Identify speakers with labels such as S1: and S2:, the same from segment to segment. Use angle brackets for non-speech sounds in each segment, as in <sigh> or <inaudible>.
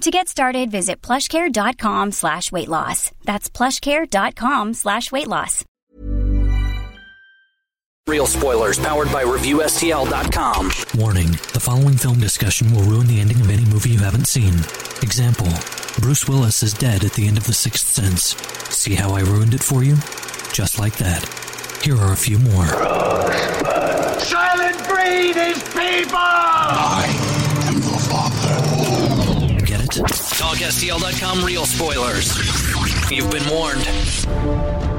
S1: To get started, visit plushcare.com slash weight loss. That's plushcare.com slash weight loss.
S2: Real spoilers powered by ReviewSTL.com.
S3: Warning the following film discussion will ruin the ending of any movie you haven't seen. Example Bruce Willis is dead at the end of The Sixth Sense. See how I ruined it for you? Just like that. Here are a few more.
S4: Silent breed is people! I am your father.
S3: Get it?
S2: TalkSTL.com real spoilers. You've been warned.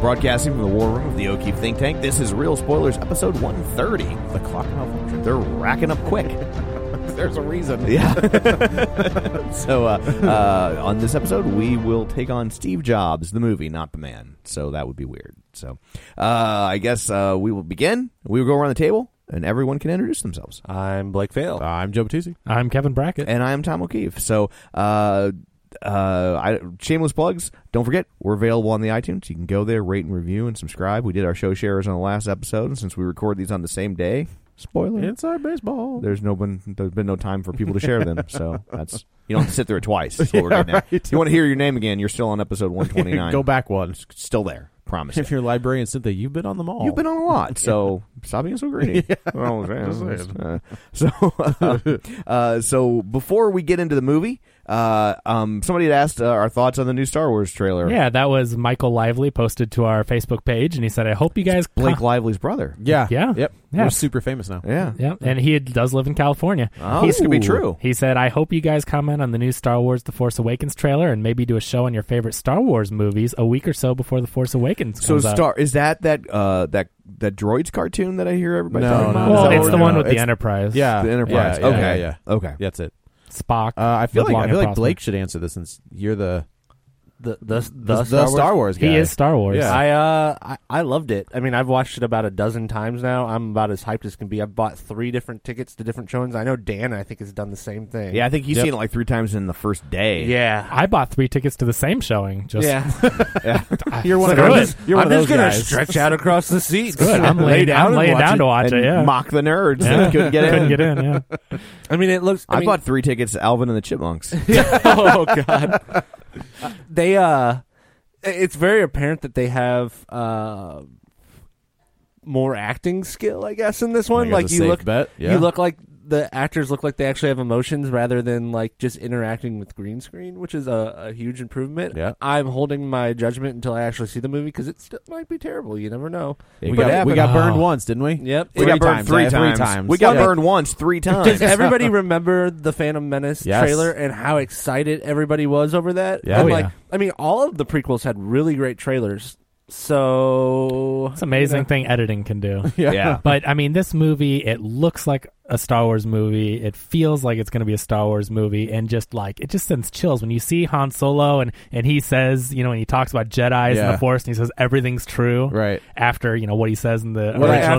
S5: Broadcasting from the war room of the O'Keefe Think Tank, this is Real Spoilers, episode 130. The clock malfunction. They're racking up quick.
S6: <laughs> There's a reason.
S5: <laughs> Yeah. so, uh, uh, on this episode, we will take on Steve Jobs, the movie, not the man. So, that would be weird. So, uh,
S6: Um,
S5: I guess uh, we will begin. We will go around the table, and everyone can introduce themselves.
S7: I'm Blake Fail.
S6: I'm Joe Batuzzi.
S8: I'm Kevin Brackett.
S5: And I am Tom O'Keefe. So, uh, uh, I, shameless plugs. Don't forget, we're available on the iTunes. You can go there, rate and review, and subscribe. We did our show shares on the last episode, and since we record these on the same day, spoiler:
S6: Inside baseball.
S5: there's no been there's been no time for people to
S6: <laughs>
S5: share them. So that's you don't have to sit through it twice. Is what we're getting at.
S6: right.
S5: You want to hear your name again? You're still
S6: <laughs>
S5: on episode 129.
S6: Go back one.
S5: still there.
S6: <laughs>
S5: Promise.
S6: If
S5: you.
S6: you're a librarian, Cynthia, you've been on them all.
S5: You've been on a
S6: <laughs>
S5: lot, so stop being so greedy. Oh, man. Uh, so, uh, <laughs> so before we get into the movie, uh, um, somebody had asked uh, our thoughts on the new Star Wars trailer.
S8: Yeah, that was Michael Lively posted to our Facebook page, and he said, "I hope you guys."
S5: Blake Lively's brother.
S6: Yeah.
S8: Yeah.
S6: Yep.
S8: Yeah.
S6: We're super famous now.
S5: Yeah.
S8: yeah, and he does live in California.
S5: Oh, this could be true.
S8: He said, "I hope you guys comment on the new Star Wars: The Force Awakens trailer, and maybe do a show on your favorite Star Wars movies a week or so before The Force Awakens."
S5: So
S8: comes out."
S5: Star is that that uh, that that droids cartoon that I hear everybody
S6: No,
S5: talking
S6: no,
S5: about?
S6: no.
S5: Is
S8: Well,
S5: that
S8: it's
S5: what-
S8: the one
S5: no,
S8: with the
S5: it's
S8: Enterprise.
S6: Yeah.
S5: The Enterprise.
S6: Yeah, yeah,
S5: okay.
S6: Yeah. yeah.
S5: Okay.
S6: That's it.
S8: Spock.
S6: Uh, I feel like I
S8: Leblanc
S6: feel
S8: and
S6: like
S8: Prospect.
S6: Blake should answer this since you're the
S7: The the,
S6: the, the Star, Wars? guy.
S8: He is Star Wars.
S6: Yeah.
S7: I uh I, I loved it. I mean, I've watched it about a dozen times now. I'm about as hyped as can be. I've bought three different tickets to different showings. I know Dan, I think, has done the same thing.
S5: Yeah, I think he's seen it like three times in the first day.
S7: yeah,
S8: I bought three tickets to the same showing. Just
S7: <laughs>
S6: You're one of
S8: Screw
S6: those.
S8: it.
S6: You're
S7: I'm
S6: one of those
S7: just gonna
S6: guys.
S7: stretch out across the seat. <laughs>
S8: good. I'm laying, I'm laying down to watch
S5: and
S8: it. Yeah,
S5: mock the nerds
S8: Yeah.
S5: that couldn't get in.
S8: couldn't get in.
S6: <laughs>
S8: Yeah.
S7: I mean, it looks. I,
S5: I,
S7: mean,
S5: bought three tickets to Alvin and
S8: <laughs>
S5: the Chipmunks.
S7: oh god they uh it's very apparent that they have uh more acting skill i guess in this one
S6: think that's
S7: like
S6: a
S7: you
S6: safe
S7: look
S6: bet, yeah.
S7: you look like the actors look like they actually have emotions rather than like just interacting with green screen which is a, a huge improvement
S6: Yeah.
S7: i'm holding my judgment until i actually see the movie because it still might be terrible you never know
S6: We
S5: But
S6: got, we
S5: happened.
S6: got burned
S8: Oh.
S6: once, didn't we?
S7: Yep.
S5: we
S7: Three
S5: got burned three,
S6: yeah,
S5: times.
S6: Three times.
S5: We got
S6: Yeah.
S5: burned once three
S6: <laughs>
S5: times. <laughs>
S7: does everybody remember the Phantom Menace
S6: Yes.
S7: trailer and how excited everybody was over that?
S6: Yeah.
S7: I'm
S8: Oh,
S7: like,
S8: yeah.
S7: I mean, all of the prequels had really great trailers. So
S8: It's an amazing thing editing can do.
S6: <laughs> Yeah.
S8: But I mean, this movie, it looks like a Star Wars movie. It feels like it's going to be a Star Wars movie. And just like, it just sends chills when you see Han Solo and, and he says, you know, and he talks about Jedi's and
S6: Yeah.
S8: the Force and he says everything's true.
S6: Right.
S8: After, you know, what he says in the
S6: What I- yeah,
S8: original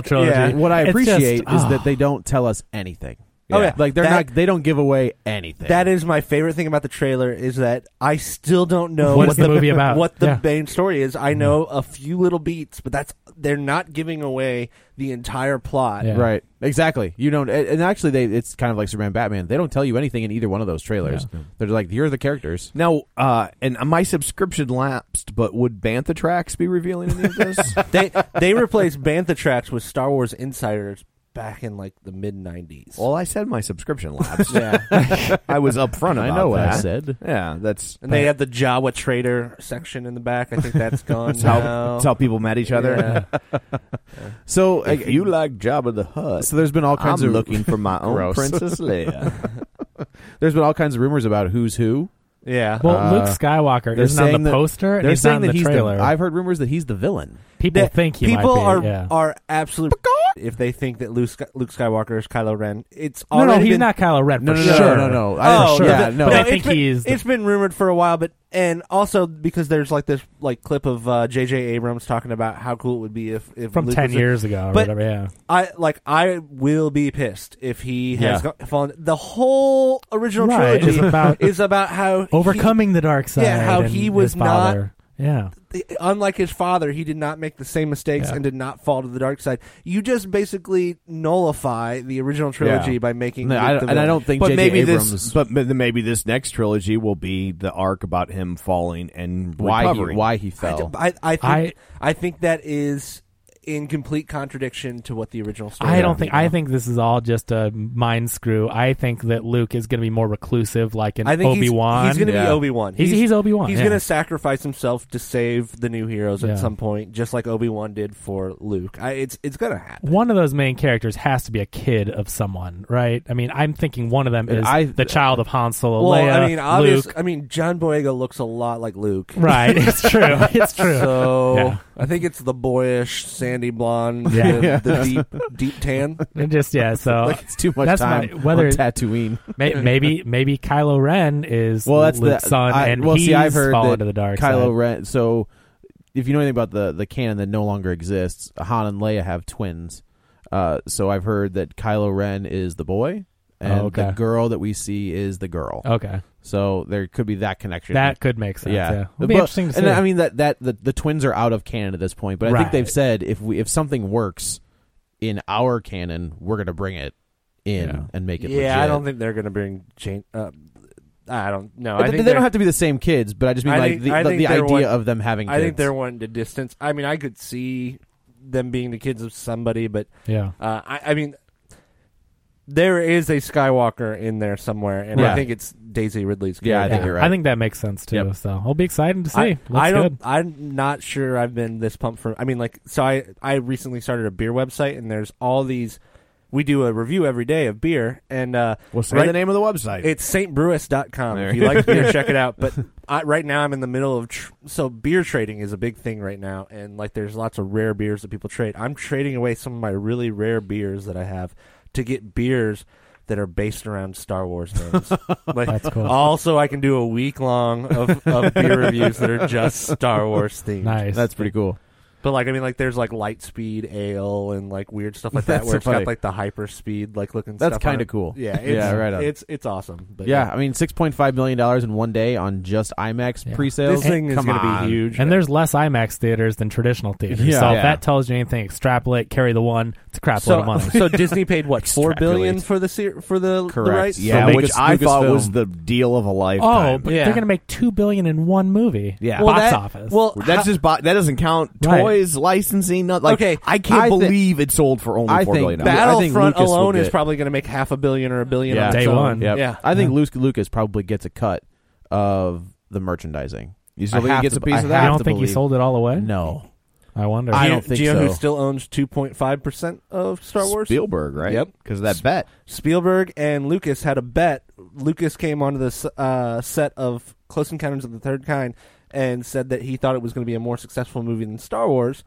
S8: trilogy.
S6: What I
S8: It's just-
S6: appreciate is
S8: ah.
S6: that they don't tell us anything.
S7: Oh, yeah.
S6: Like they're
S7: That-
S6: not. They don't give away anything.
S7: that is my favorite thing about the trailer is that I still don't know
S8: What is the movie about?
S7: what the
S8: Yeah.
S7: main story is. I know a few little beats, but that's they're not giving away the entire plot.
S8: Yeah.
S6: Right. Exactly. You don't. And and actually, they it's kind of like Superman, Batman. They don't tell you anything in either one of those trailers. They're like, here are the characters.
S5: Now, uh, and my subscription lapsed, but would
S6: <laughs>
S5: Bantha Tracks be revealing any of this?
S7: they they replaced Bantha tracks with Star Wars Insiders back in like the mid '90s.
S9: Well, I said my subscription lapsed.
S7: yeah,
S9: I was upfront
S5: <laughs>
S9: about
S5: I know what
S9: that.
S5: I said.
S9: Yeah, that's
S7: and they had the Jawa Trader section in the back. I
S8: <laughs>
S7: think that's gone
S9: that's how,
S7: now.
S9: that's how people met each other.
S7: Yeah.
S5: <laughs> So
S9: If
S5: I-
S9: you like Jabba the Hutt,
S5: so there's been all
S9: I'm
S5: kinds of
S9: looking for my own
S5: Gross. <laughs>
S9: Princess Leia.
S5: there's been all kinds of rumors about who's who.
S7: yeah. Um,
S8: Well,
S5: Uh,
S8: Luke Skywalker
S5: They're
S8: isn't on
S5: saying
S8: the
S5: that-
S8: poster and
S5: they're
S8: he's
S5: saying
S8: not in the
S5: that he's
S8: trailer.
S5: I've heard rumors that he's the villain.
S8: people
S7: that
S8: think he
S7: people
S8: might
S7: are
S8: be. yeah.
S7: are absolute if they think that Luke, Sky- Luke Skywalker is Kylo Ren. It's
S8: no, no,
S7: already
S8: he's
S7: been-
S8: not Kylo Ren.
S5: No,
S8: for
S5: no, no,
S8: sure. Oh,
S5: no, no, no. I-
S8: For sure.
S5: yeah, no.
S8: But I
S7: it's
S8: think
S7: been-
S8: he is the-
S7: It's been rumored for a while, but and also because there's like this like clip of uh, J.J. Abrams talking about how cool it would be if, if
S8: from
S7: Luke
S8: ten
S7: was-
S8: years ago or
S7: But
S8: whatever. Yeah,
S7: I like I will be pissed if he has
S5: Yeah.
S7: go- fallen. The whole original
S8: Right, is
S7: trilogy
S8: about-
S7: is about how he-
S8: overcoming the dark side.
S7: Yeah, how
S8: and
S7: he was
S8: his
S7: not-
S8: father. Yeah,
S7: unlike his father, he did not make the same mistakes
S8: Yeah.
S7: and did not fall to the dark side. You just basically nullify the original trilogy
S5: Yeah.
S7: by making.
S5: No,
S7: Luke
S5: I-
S7: the
S5: and
S7: villain.
S5: I don't think
S9: but
S5: J.J.
S9: maybe this,
S5: Abrams-
S9: but, but then maybe this next trilogy will be the arc about him falling and
S5: Why he,
S9: recovering.
S5: why he
S7: I,
S5: fell.
S7: d- I, I think I,
S8: I-
S7: think that is in complete contradiction to what the original story.
S8: I
S7: was,
S8: don't think.
S7: you know?
S8: I think this is all just a mind screw. I think that Luke is going to be more reclusive, like in
S7: I think he's-
S8: Obi Wan.
S7: He's, going to
S5: Yeah.
S7: be Obi Wan.
S8: He's- he's Obi-Wan,
S7: He's
S8: yeah.
S7: going to sacrifice himself to save the new heroes
S8: Yeah.
S7: at some point, just like Obi Wan did for Luke. I, it's it's going to happen.
S8: one of those main characters has to be a kid of someone, right? I mean, I'm thinking one of them is
S5: I-
S8: the child of Han Solo.
S7: Well,
S8: Leia,
S7: I mean, obvious.
S8: Luke.
S7: I mean, John Boyega looks a lot like Luke.
S8: Right, it's
S5: <laughs>
S8: true. It's true.
S7: So
S8: Yeah.
S7: I think it's the boyish, sandy blonde,
S8: Yeah.
S7: the, the deep, deep <laughs> tan.
S8: It just yeah. So
S5: <laughs> <laughs> like it's too much
S8: that's
S5: time
S8: my- whether-
S5: on Tatooine.
S8: may, maybe maybe Kylo Ren is
S5: Well, that's
S8: Luke's
S5: the
S8: son,
S5: I,
S8: and
S5: well,
S8: he's
S5: see, I've heard
S8: fallen
S5: that
S8: to the dark side.
S5: Kylo Ren. So, if you know anything about the the canon that no longer exists, Han and Leia have twins. Uh, so I've heard that Kylo Ren is the boy, and
S8: Oh, okay.
S5: the girl that we see is the girl.
S8: Okay,
S5: So there could be that connection.
S8: that could make sense. Yeah, it'll be
S5: But-
S8: interesting to see.
S5: And I mean that that the, the twins are out of canon at this point, but I
S8: Right.
S5: think they've said if we if something works in our canon, we're gonna bring it in
S8: Yeah.
S5: and make
S7: Yeah,
S5: it. legit.
S7: I don't think they're going to bring. Jane, uh, I don't know. I
S5: They-
S7: think
S5: they
S7: they're-
S5: don't have to be the same kids, but I just mean
S7: I
S5: like
S7: think-
S5: the,
S7: I
S5: the,
S7: think
S5: the
S7: they're
S5: idea
S7: one-
S5: of them having.
S7: I think
S5: kids.
S7: they're wanting to distance. I mean, I could see them being the kids of somebody, but
S8: yeah.
S7: uh, I, I mean, there is a Skywalker in there somewhere, and I
S5: Yeah.
S7: think it's Daisy Ridley's.
S5: Yeah, I
S7: character.
S5: think
S8: Yeah,
S5: you're right.
S8: I think that makes sense too.
S5: Yep.
S8: So I'll be excited to see.
S7: I,
S8: Looks
S7: I don't.
S8: good.
S7: I'm not sure. I've been this pumped for. I mean, like, so I I recently started a beer website, and there's all these. We do a review every day of beer, and uh,
S9: Well, say
S7: right-
S9: the name of the website.
S7: It's stbrewis.com.
S9: There.
S7: If you like beer, check
S5: <laughs>
S7: it out. But I, right now, I'm in the middle of tr- so beer trading is a big thing right now, and like there's lots of rare beers that people trade. I'm trading away some of my really rare beers that I have to get beers that are based around Star Wars
S5: <laughs>
S7: names. like,
S8: That's cool.
S7: Also, I can do a week long of, of beer reviews that are just Star Wars themed.
S8: Nice.
S5: that's pretty cool.
S7: But like, I mean, like there's like Lightspeed Ale and like weird
S5: <laughs>
S7: stuff like that,
S5: That's
S7: where
S5: so
S7: it's
S5: funny.
S7: got like the hyper speed like looking.
S5: That's
S7: stuff on
S5: kinda
S7: it.
S5: cool.
S7: Yeah,
S5: Yeah,
S7: it's,
S5: right on.
S7: It's it's awesome. But
S5: Yeah, I mean, six point five million dollars in one day on just IMAX
S8: Yeah.
S5: pre-sales.
S7: This thing is
S5: Come
S7: gonna be
S5: on.
S7: huge.
S8: and there's less IMAX theaters than traditional theaters.
S5: Yeah.
S8: so if
S5: Yeah.
S8: that tells you anything, extrapolate, carry the one. It's a crap
S7: so,
S8: load of money.
S7: so Disney paid what four
S5: Extrapolate.
S7: billion for the ser- for the, the
S5: Correct.
S7: rights?
S9: yeah,
S5: So make
S9: which
S5: us
S9: I thought
S5: Lucasfilm.
S9: was the deal of
S5: <laughs>
S9: a
S8: oh,
S9: lifetime.
S8: but
S7: Yeah.
S8: they're gonna make two billion in one movie.
S5: Yeah.
S8: box
S7: that-
S8: office.
S7: Well,
S9: that's
S7: ho-
S9: just bo- that doesn't count
S8: Right.
S9: toys licensing. Not like
S7: Okay,
S9: I can't
S5: I thi-
S9: believe it sold for only
S5: I
S9: four
S5: think
S9: billion dollars.
S5: that- I think
S7: Battlefront
S5: Lucas will
S7: alone is
S5: get-
S7: probably going to make half a billion or a billion.
S5: Yeah.
S7: on its
S8: Day
S7: own.
S8: one.
S5: Yep.
S7: Yeah,
S5: I think Luke Lucas probably gets a cut of the merchandising.
S9: You still
S5: I
S9: think he
S5: have
S9: gets
S5: to-
S9: a piece
S5: I
S9: of
S8: I
S9: that?
S5: have
S8: don't
S5: to
S8: think he
S5: believe-
S8: sold it all away.
S5: No,
S8: I wonder.
S5: I
S7: Do you-
S5: don't think
S7: do you know who
S5: so.
S7: still owns two point five percent of Star Wars?
S9: Spielberg, right?
S7: Yep.
S9: because of that bet.
S7: Spielberg and Lucas had a bet. Lucas came onto this uh, set of Close Encounters of the Third Kind and said that he thought it was going to be a more successful movie than Star Wars.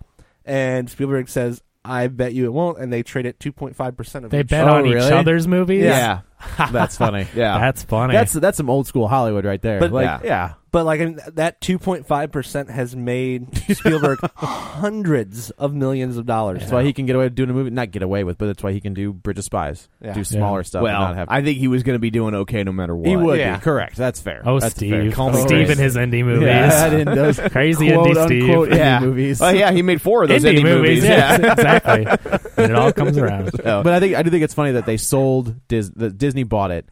S7: And Spielberg says, "I bet you it won't." And they trade it two point five percent of.
S8: they
S7: each.
S8: bet
S5: Oh,
S8: on each
S5: really?
S8: other's movies.
S5: Yeah, that's <laughs> funny.
S9: Yeah,
S8: that's funny.
S5: That's that's some old school Hollywood right there.
S7: But-
S5: like, yeah.
S7: But like I mean, that two point five percent has made
S5: <laughs>
S7: Spielberg hundreds of millions of dollars.
S5: That's why he can get away with doing a movie. Not get away with, but that's why he can do Bridge of Spies.
S7: Yeah.
S5: Do smaller
S8: Yeah.
S5: stuff.
S9: well,
S5: and not have,
S9: I think he was going to be doing okay no matter what.
S5: he would
S7: Yeah.
S5: be correct. That's fair.
S8: oh,
S5: That's fair.
S8: Steve.
S5: Call me
S8: oh, Steve
S5: Chris.
S8: and his indie movies.
S5: <laughs> Yeah, that in those
S8: Crazy
S5: quote
S8: indie Steve.
S5: unquote indie
S9: Yeah.
S5: movies.
S9: Oh yeah, he made four of those
S8: indie, movies.
S9: Yeah.
S5: <laughs>
S8: <laughs> Yes, exactly. and it all comes around.
S9: So-
S5: But I think I do think it's funny that they sold Dis- that Disney bought it.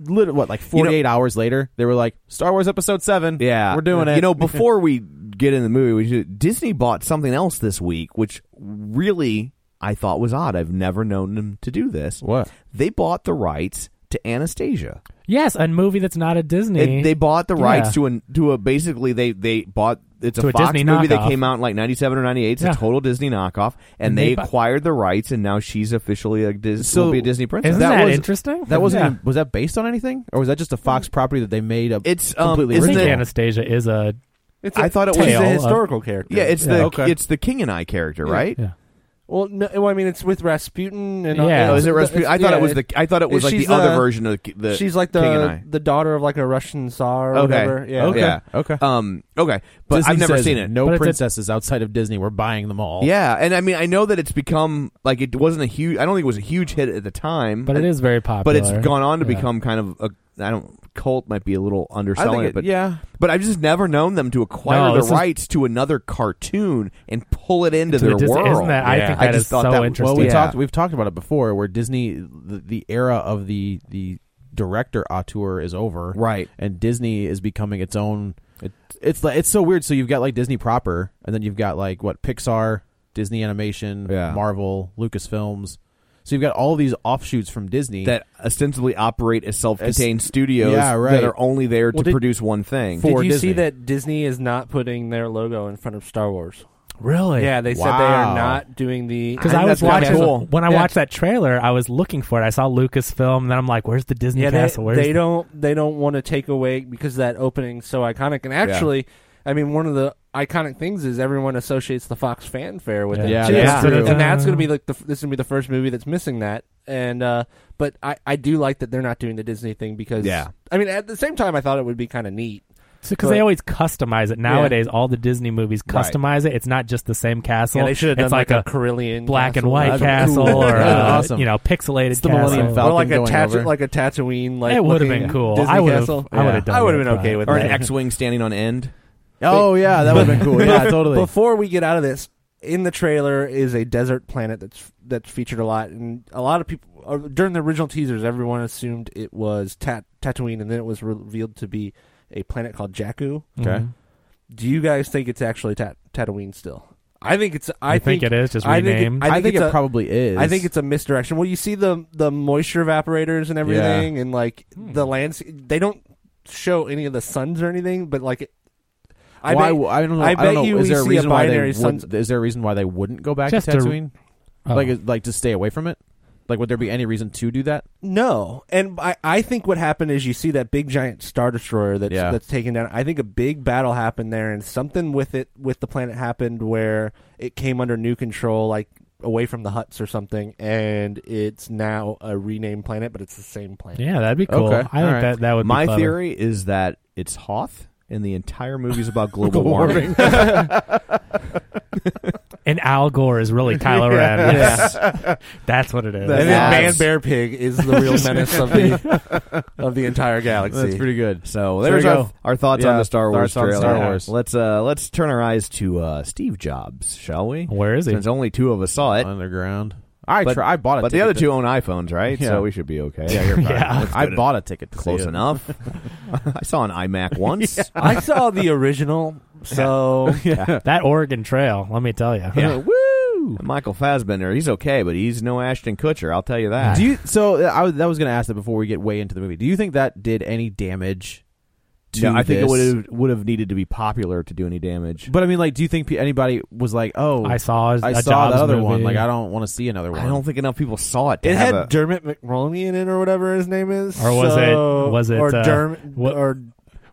S5: Literally, what like
S9: know-
S5: forty eight hours later, they were like Star Wars Episode Seven.
S9: Yeah,
S5: we're doing it. <laughs>
S9: You know, before we get in the movie, we should, Disney bought something else this week, which really
S5: I thought was odd. I've never known them to do this.
S9: What?
S5: They bought the rights to Anastasia.
S8: Yes, a movie that's not a Disney.
S5: They, they bought the
S8: Yeah.
S5: rights to an to a basically they they bought it's
S8: To
S5: a
S8: a
S5: Fox
S8: Disney
S5: movie that
S8: knockoff.
S5: came out in like ninety seven or ninety eight. It's
S8: Yeah.
S5: a total Disney knockoff, and,
S8: And
S5: they,
S8: they bu-
S5: acquired the rights, and now she's officially a Dis-
S9: So-
S5: will be a Disney princess.
S8: Isn't
S9: That
S8: that,
S9: was-
S8: interesting?
S9: That wasn't.
S8: Yeah.
S9: even- was that based on anything, or was that just a Fox property that they made up?
S5: It's, um,
S9: completely
S8: I
S5: isn't
S8: think
S9: original?
S5: it-
S8: Anastasia is a
S7: It's
S5: I thought it was
S7: she's
S8: tale
S7: a
S8: of-
S7: historical character.
S5: yeah, it's
S8: Yeah,
S5: the
S9: okay.
S5: it's the King and I character, right?
S8: yeah.
S7: well, no, well, I mean, it's with Rasputin and all-
S8: Yeah.
S5: Oh, is it
S7: it's-
S5: Rasputin? I
S7: it's-
S5: thought
S7: yeah,
S5: it was the I thought it was like
S7: she's
S5: the other
S9: uh,
S7: the-
S5: version of the- the
S7: she's like
S5: King and
S7: the
S5: I.
S7: the daughter of like a Russian tsar or
S5: okay.
S7: whatever. Yeah,
S5: okay,
S9: Yeah. Okay.
S5: um, okay. But
S9: Disney
S5: I've never
S9: says,
S5: seen it.
S9: No
S8: But it's a-
S9: princesses outside of Disney. We're buying them all.
S5: Yeah, and I mean, I know that it's become like it wasn't a huge. I don't think it was a huge hit at the time,
S8: but it
S5: I-
S8: is very
S5: But
S8: popular.
S5: it's gone on to
S8: Yeah.
S5: become kind of a. I don't cult might be a little
S9: I
S5: underselling
S9: think
S5: it,
S9: it-
S5: but
S9: yeah.
S5: But I've just never known them to acquire
S8: No,
S5: the
S8: this is-
S5: rights to another cartoon and pull it into
S8: To
S5: their
S8: the Disney-
S5: world.
S8: isn't that- I Yeah. think
S5: I
S8: that
S5: just
S8: is
S5: thought
S8: so
S5: that,
S8: interesting.
S9: Well, we
S5: Yeah.
S9: talked. We've talked about it before, where Disney, the, the era of the the director auteur is over,
S5: Right.
S9: And Disney is becoming its own. It, it's like it's so weird. So you've got like Disney proper, and then you've got like what Pixar, Disney Animation,
S5: Yeah.
S9: Marvel, Lucasfilms. So you've got all these offshoots from Disney.
S5: That ostensibly operate as self-contained studios
S9: yeah, right.
S5: that are only there to
S9: Well, did-
S5: produce one thing.
S9: For-
S7: Did you
S9: Disney.
S7: see that Disney is not putting their logo in front of Star Wars?
S8: really
S7: yeah, they said they are
S9: Wow.
S7: not doing the
S8: Because
S5: I
S8: I,
S5: think
S8: was
S5: that's kinda
S8: watching
S5: cool.
S8: when I
S7: Yeah.
S8: watched that trailer, I was looking for it. I saw Lucasfilm, and then I'm like, "Where's the Disney
S7: yeah, they,
S8: castle? Where's
S7: they
S8: the-"
S7: don't they don't want to take away because that opening's so iconic. And actually, I mean, one of the iconic things is everyone associates the Fox fanfare with
S8: Yeah.
S7: it.
S9: Yeah,
S7: too.
S9: that's Yeah. true.
S7: And that's gonna be like the, this is gonna be the first movie that's missing that. And uh, but I, I do like that they're not doing the Disney thing because
S5: Yeah.
S7: I mean at the same time I thought it would be kind of neat.
S8: because
S7: But-
S8: they always customize it nowadays. All the Disney movies
S5: Right.
S8: customize it. It's not just the same castle.
S7: yeah, they should have done
S8: it's like, a <laughs>
S7: Carillion
S8: black and
S7: castle.
S8: white
S9: That'd be
S8: castle
S9: cool.
S7: <laughs>
S8: or
S9: That'd be
S8: uh,
S9: awesome.
S8: you know pixelated
S9: the
S8: castle.
S9: Millennium
S7: or like a
S9: Falcon going
S7: Tat-
S9: over.
S7: like a Tatooine. Like
S8: It would've
S7: looking
S8: been cool.
S7: Disney
S8: I would've-
S7: castle.
S8: I would've done
S7: I would've
S8: that,
S7: been okay
S8: probably.
S7: with
S5: or
S7: that.
S5: an
S7: <laughs>
S5: X-wing standing on end.
S9: oh yeah, that would have been cool. Yeah, totally.
S7: Before we get out of this, in the trailer is a desert planet that's that's featured a lot, and a lot of people or during the original teasers, everyone assumed it was Tat- Tatooine, and then it was revealed to be a planet called Jakku.
S8: Mm-hmm.
S9: okay.
S7: Do you guys think it's actually Tat- Tatooine still? I think it's. I
S8: You think it is just
S7: I think it-
S8: renamed?
S7: I think,
S9: I think
S7: it's
S9: it
S7: a-
S9: probably is.
S7: I think it's a misdirection. Well, you see the the moisture evaporators and everything, and like the lands. They don't show any of the suns or anything, but like, it, I
S9: Why?
S7: bet-
S9: I don't know.
S7: I
S9: don't
S7: bet
S9: know.
S7: you
S9: is
S7: we
S9: there a
S7: see a
S9: reason why they
S7: binary
S9: would,
S7: suns-
S9: is there a reason why they wouldn't go back
S8: Just
S9: to
S8: to-
S9: Tatooine?
S8: Oh.
S9: Like, is- like to stay away from it. Like, would there be any reason to do that?
S7: No, and I, I think what happened is you see that big giant star destroyer that's
S9: Yeah.
S7: that's taken down. I think a big battle happened there, and something with it with the planet happened where it came under new control, like away from the huts or something, and it's now a renamed planet, but it's the same planet.
S8: yeah, that'd be cool. I
S9: Okay,
S8: think
S9: alright.
S8: that that would.
S5: My
S8: be clever.
S5: theory is that it's Hoth, and the entire movie's about
S9: <laughs>
S5: global warming.
S8: and Al Gore is really Kylo Ren. <laughs> That's what it is.
S7: And then Man
S5: That's-
S7: Bear Pig is the real <laughs> menace of the of the entire galaxy.
S9: That's pretty good.
S5: So
S9: There
S5: there's
S9: you
S5: our,
S9: go.
S5: our thoughts
S9: Yeah,
S5: on the Star Wars
S9: thoughts
S5: trailer.
S9: on Star Wars.
S5: Let's uh, let's turn our eyes to uh, Steve Jobs, shall we?
S8: <laughs> Where is he?
S5: Since only two of us saw it,
S9: Underground. I
S5: But-
S9: try, I bought it.
S5: but the other two own iPhones, right?
S9: Yeah.
S5: So we should be okay. Yeah, <laughs>
S8: yeah.
S9: I bought a ticket. To
S5: close
S9: see it. <laughs>
S5: enough. <laughs> I saw an iMac once.
S7: I saw
S8: <laughs>
S7: the original, so
S8: That Oregon Trail, let me tell you.
S9: Uh,
S5: Woo! Michael Fassbender, he's okay, but he's no Ashton Kutcher. I'll tell you that.
S9: Do you? So uh, I was, that was going to ask that before we get way into the movie. Do you think that did any damage? To
S5: No, I think it
S9: this?
S5: would have would have needed to be popular to do any damage.
S9: But I mean, like, do you think pe- anybody was like, "Oh,
S8: I saw a
S9: I saw
S8: Jobs
S9: that other
S8: movie.
S9: one. Like, I don't want to see another one."
S5: I don't think enough people saw it. To
S7: It
S5: have
S7: had
S5: a-
S7: Dermot McMulroney in it, or whatever his name is,
S8: Or was it-
S7: so-
S8: was it,
S7: or
S8: uh,
S7: Dermot
S8: what-
S7: or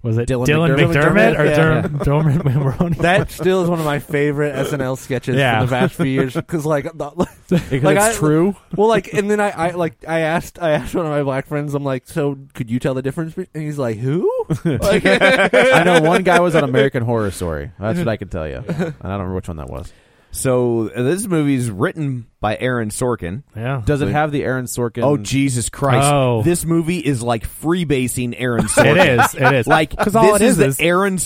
S8: was it
S9: Dylan
S8: Dylan,
S9: McDermott?
S8: McDermott, or
S7: Yeah.
S8: Derm, <laughs> Dermot Mulroney? <laughs>
S7: that still is one of my favorite SNL sketches
S8: Yeah.
S7: from the past few years because like the, <laughs> like
S9: it's
S7: I,
S9: true.
S7: Well, like and then I, I like I asked I asked one of my black friends I'm like so could you tell the difference be-" and he's like who like,
S5: <laughs>
S9: I know one guy was on American Horror Story. That's what I can tell you. And I don't remember which one that was.
S5: so uh, this movie's written by Aaron Sorkin.
S8: yeah.
S9: Does it have the Aaron Sorkin?
S5: Oh Jesus Christ!
S8: Oh.
S5: This movie is like freebasing
S8: <laughs>
S5: Aaron Sorkin.
S8: It is. It is.
S5: Like
S8: because all
S5: this
S8: it is
S5: the
S8: is
S5: Aaron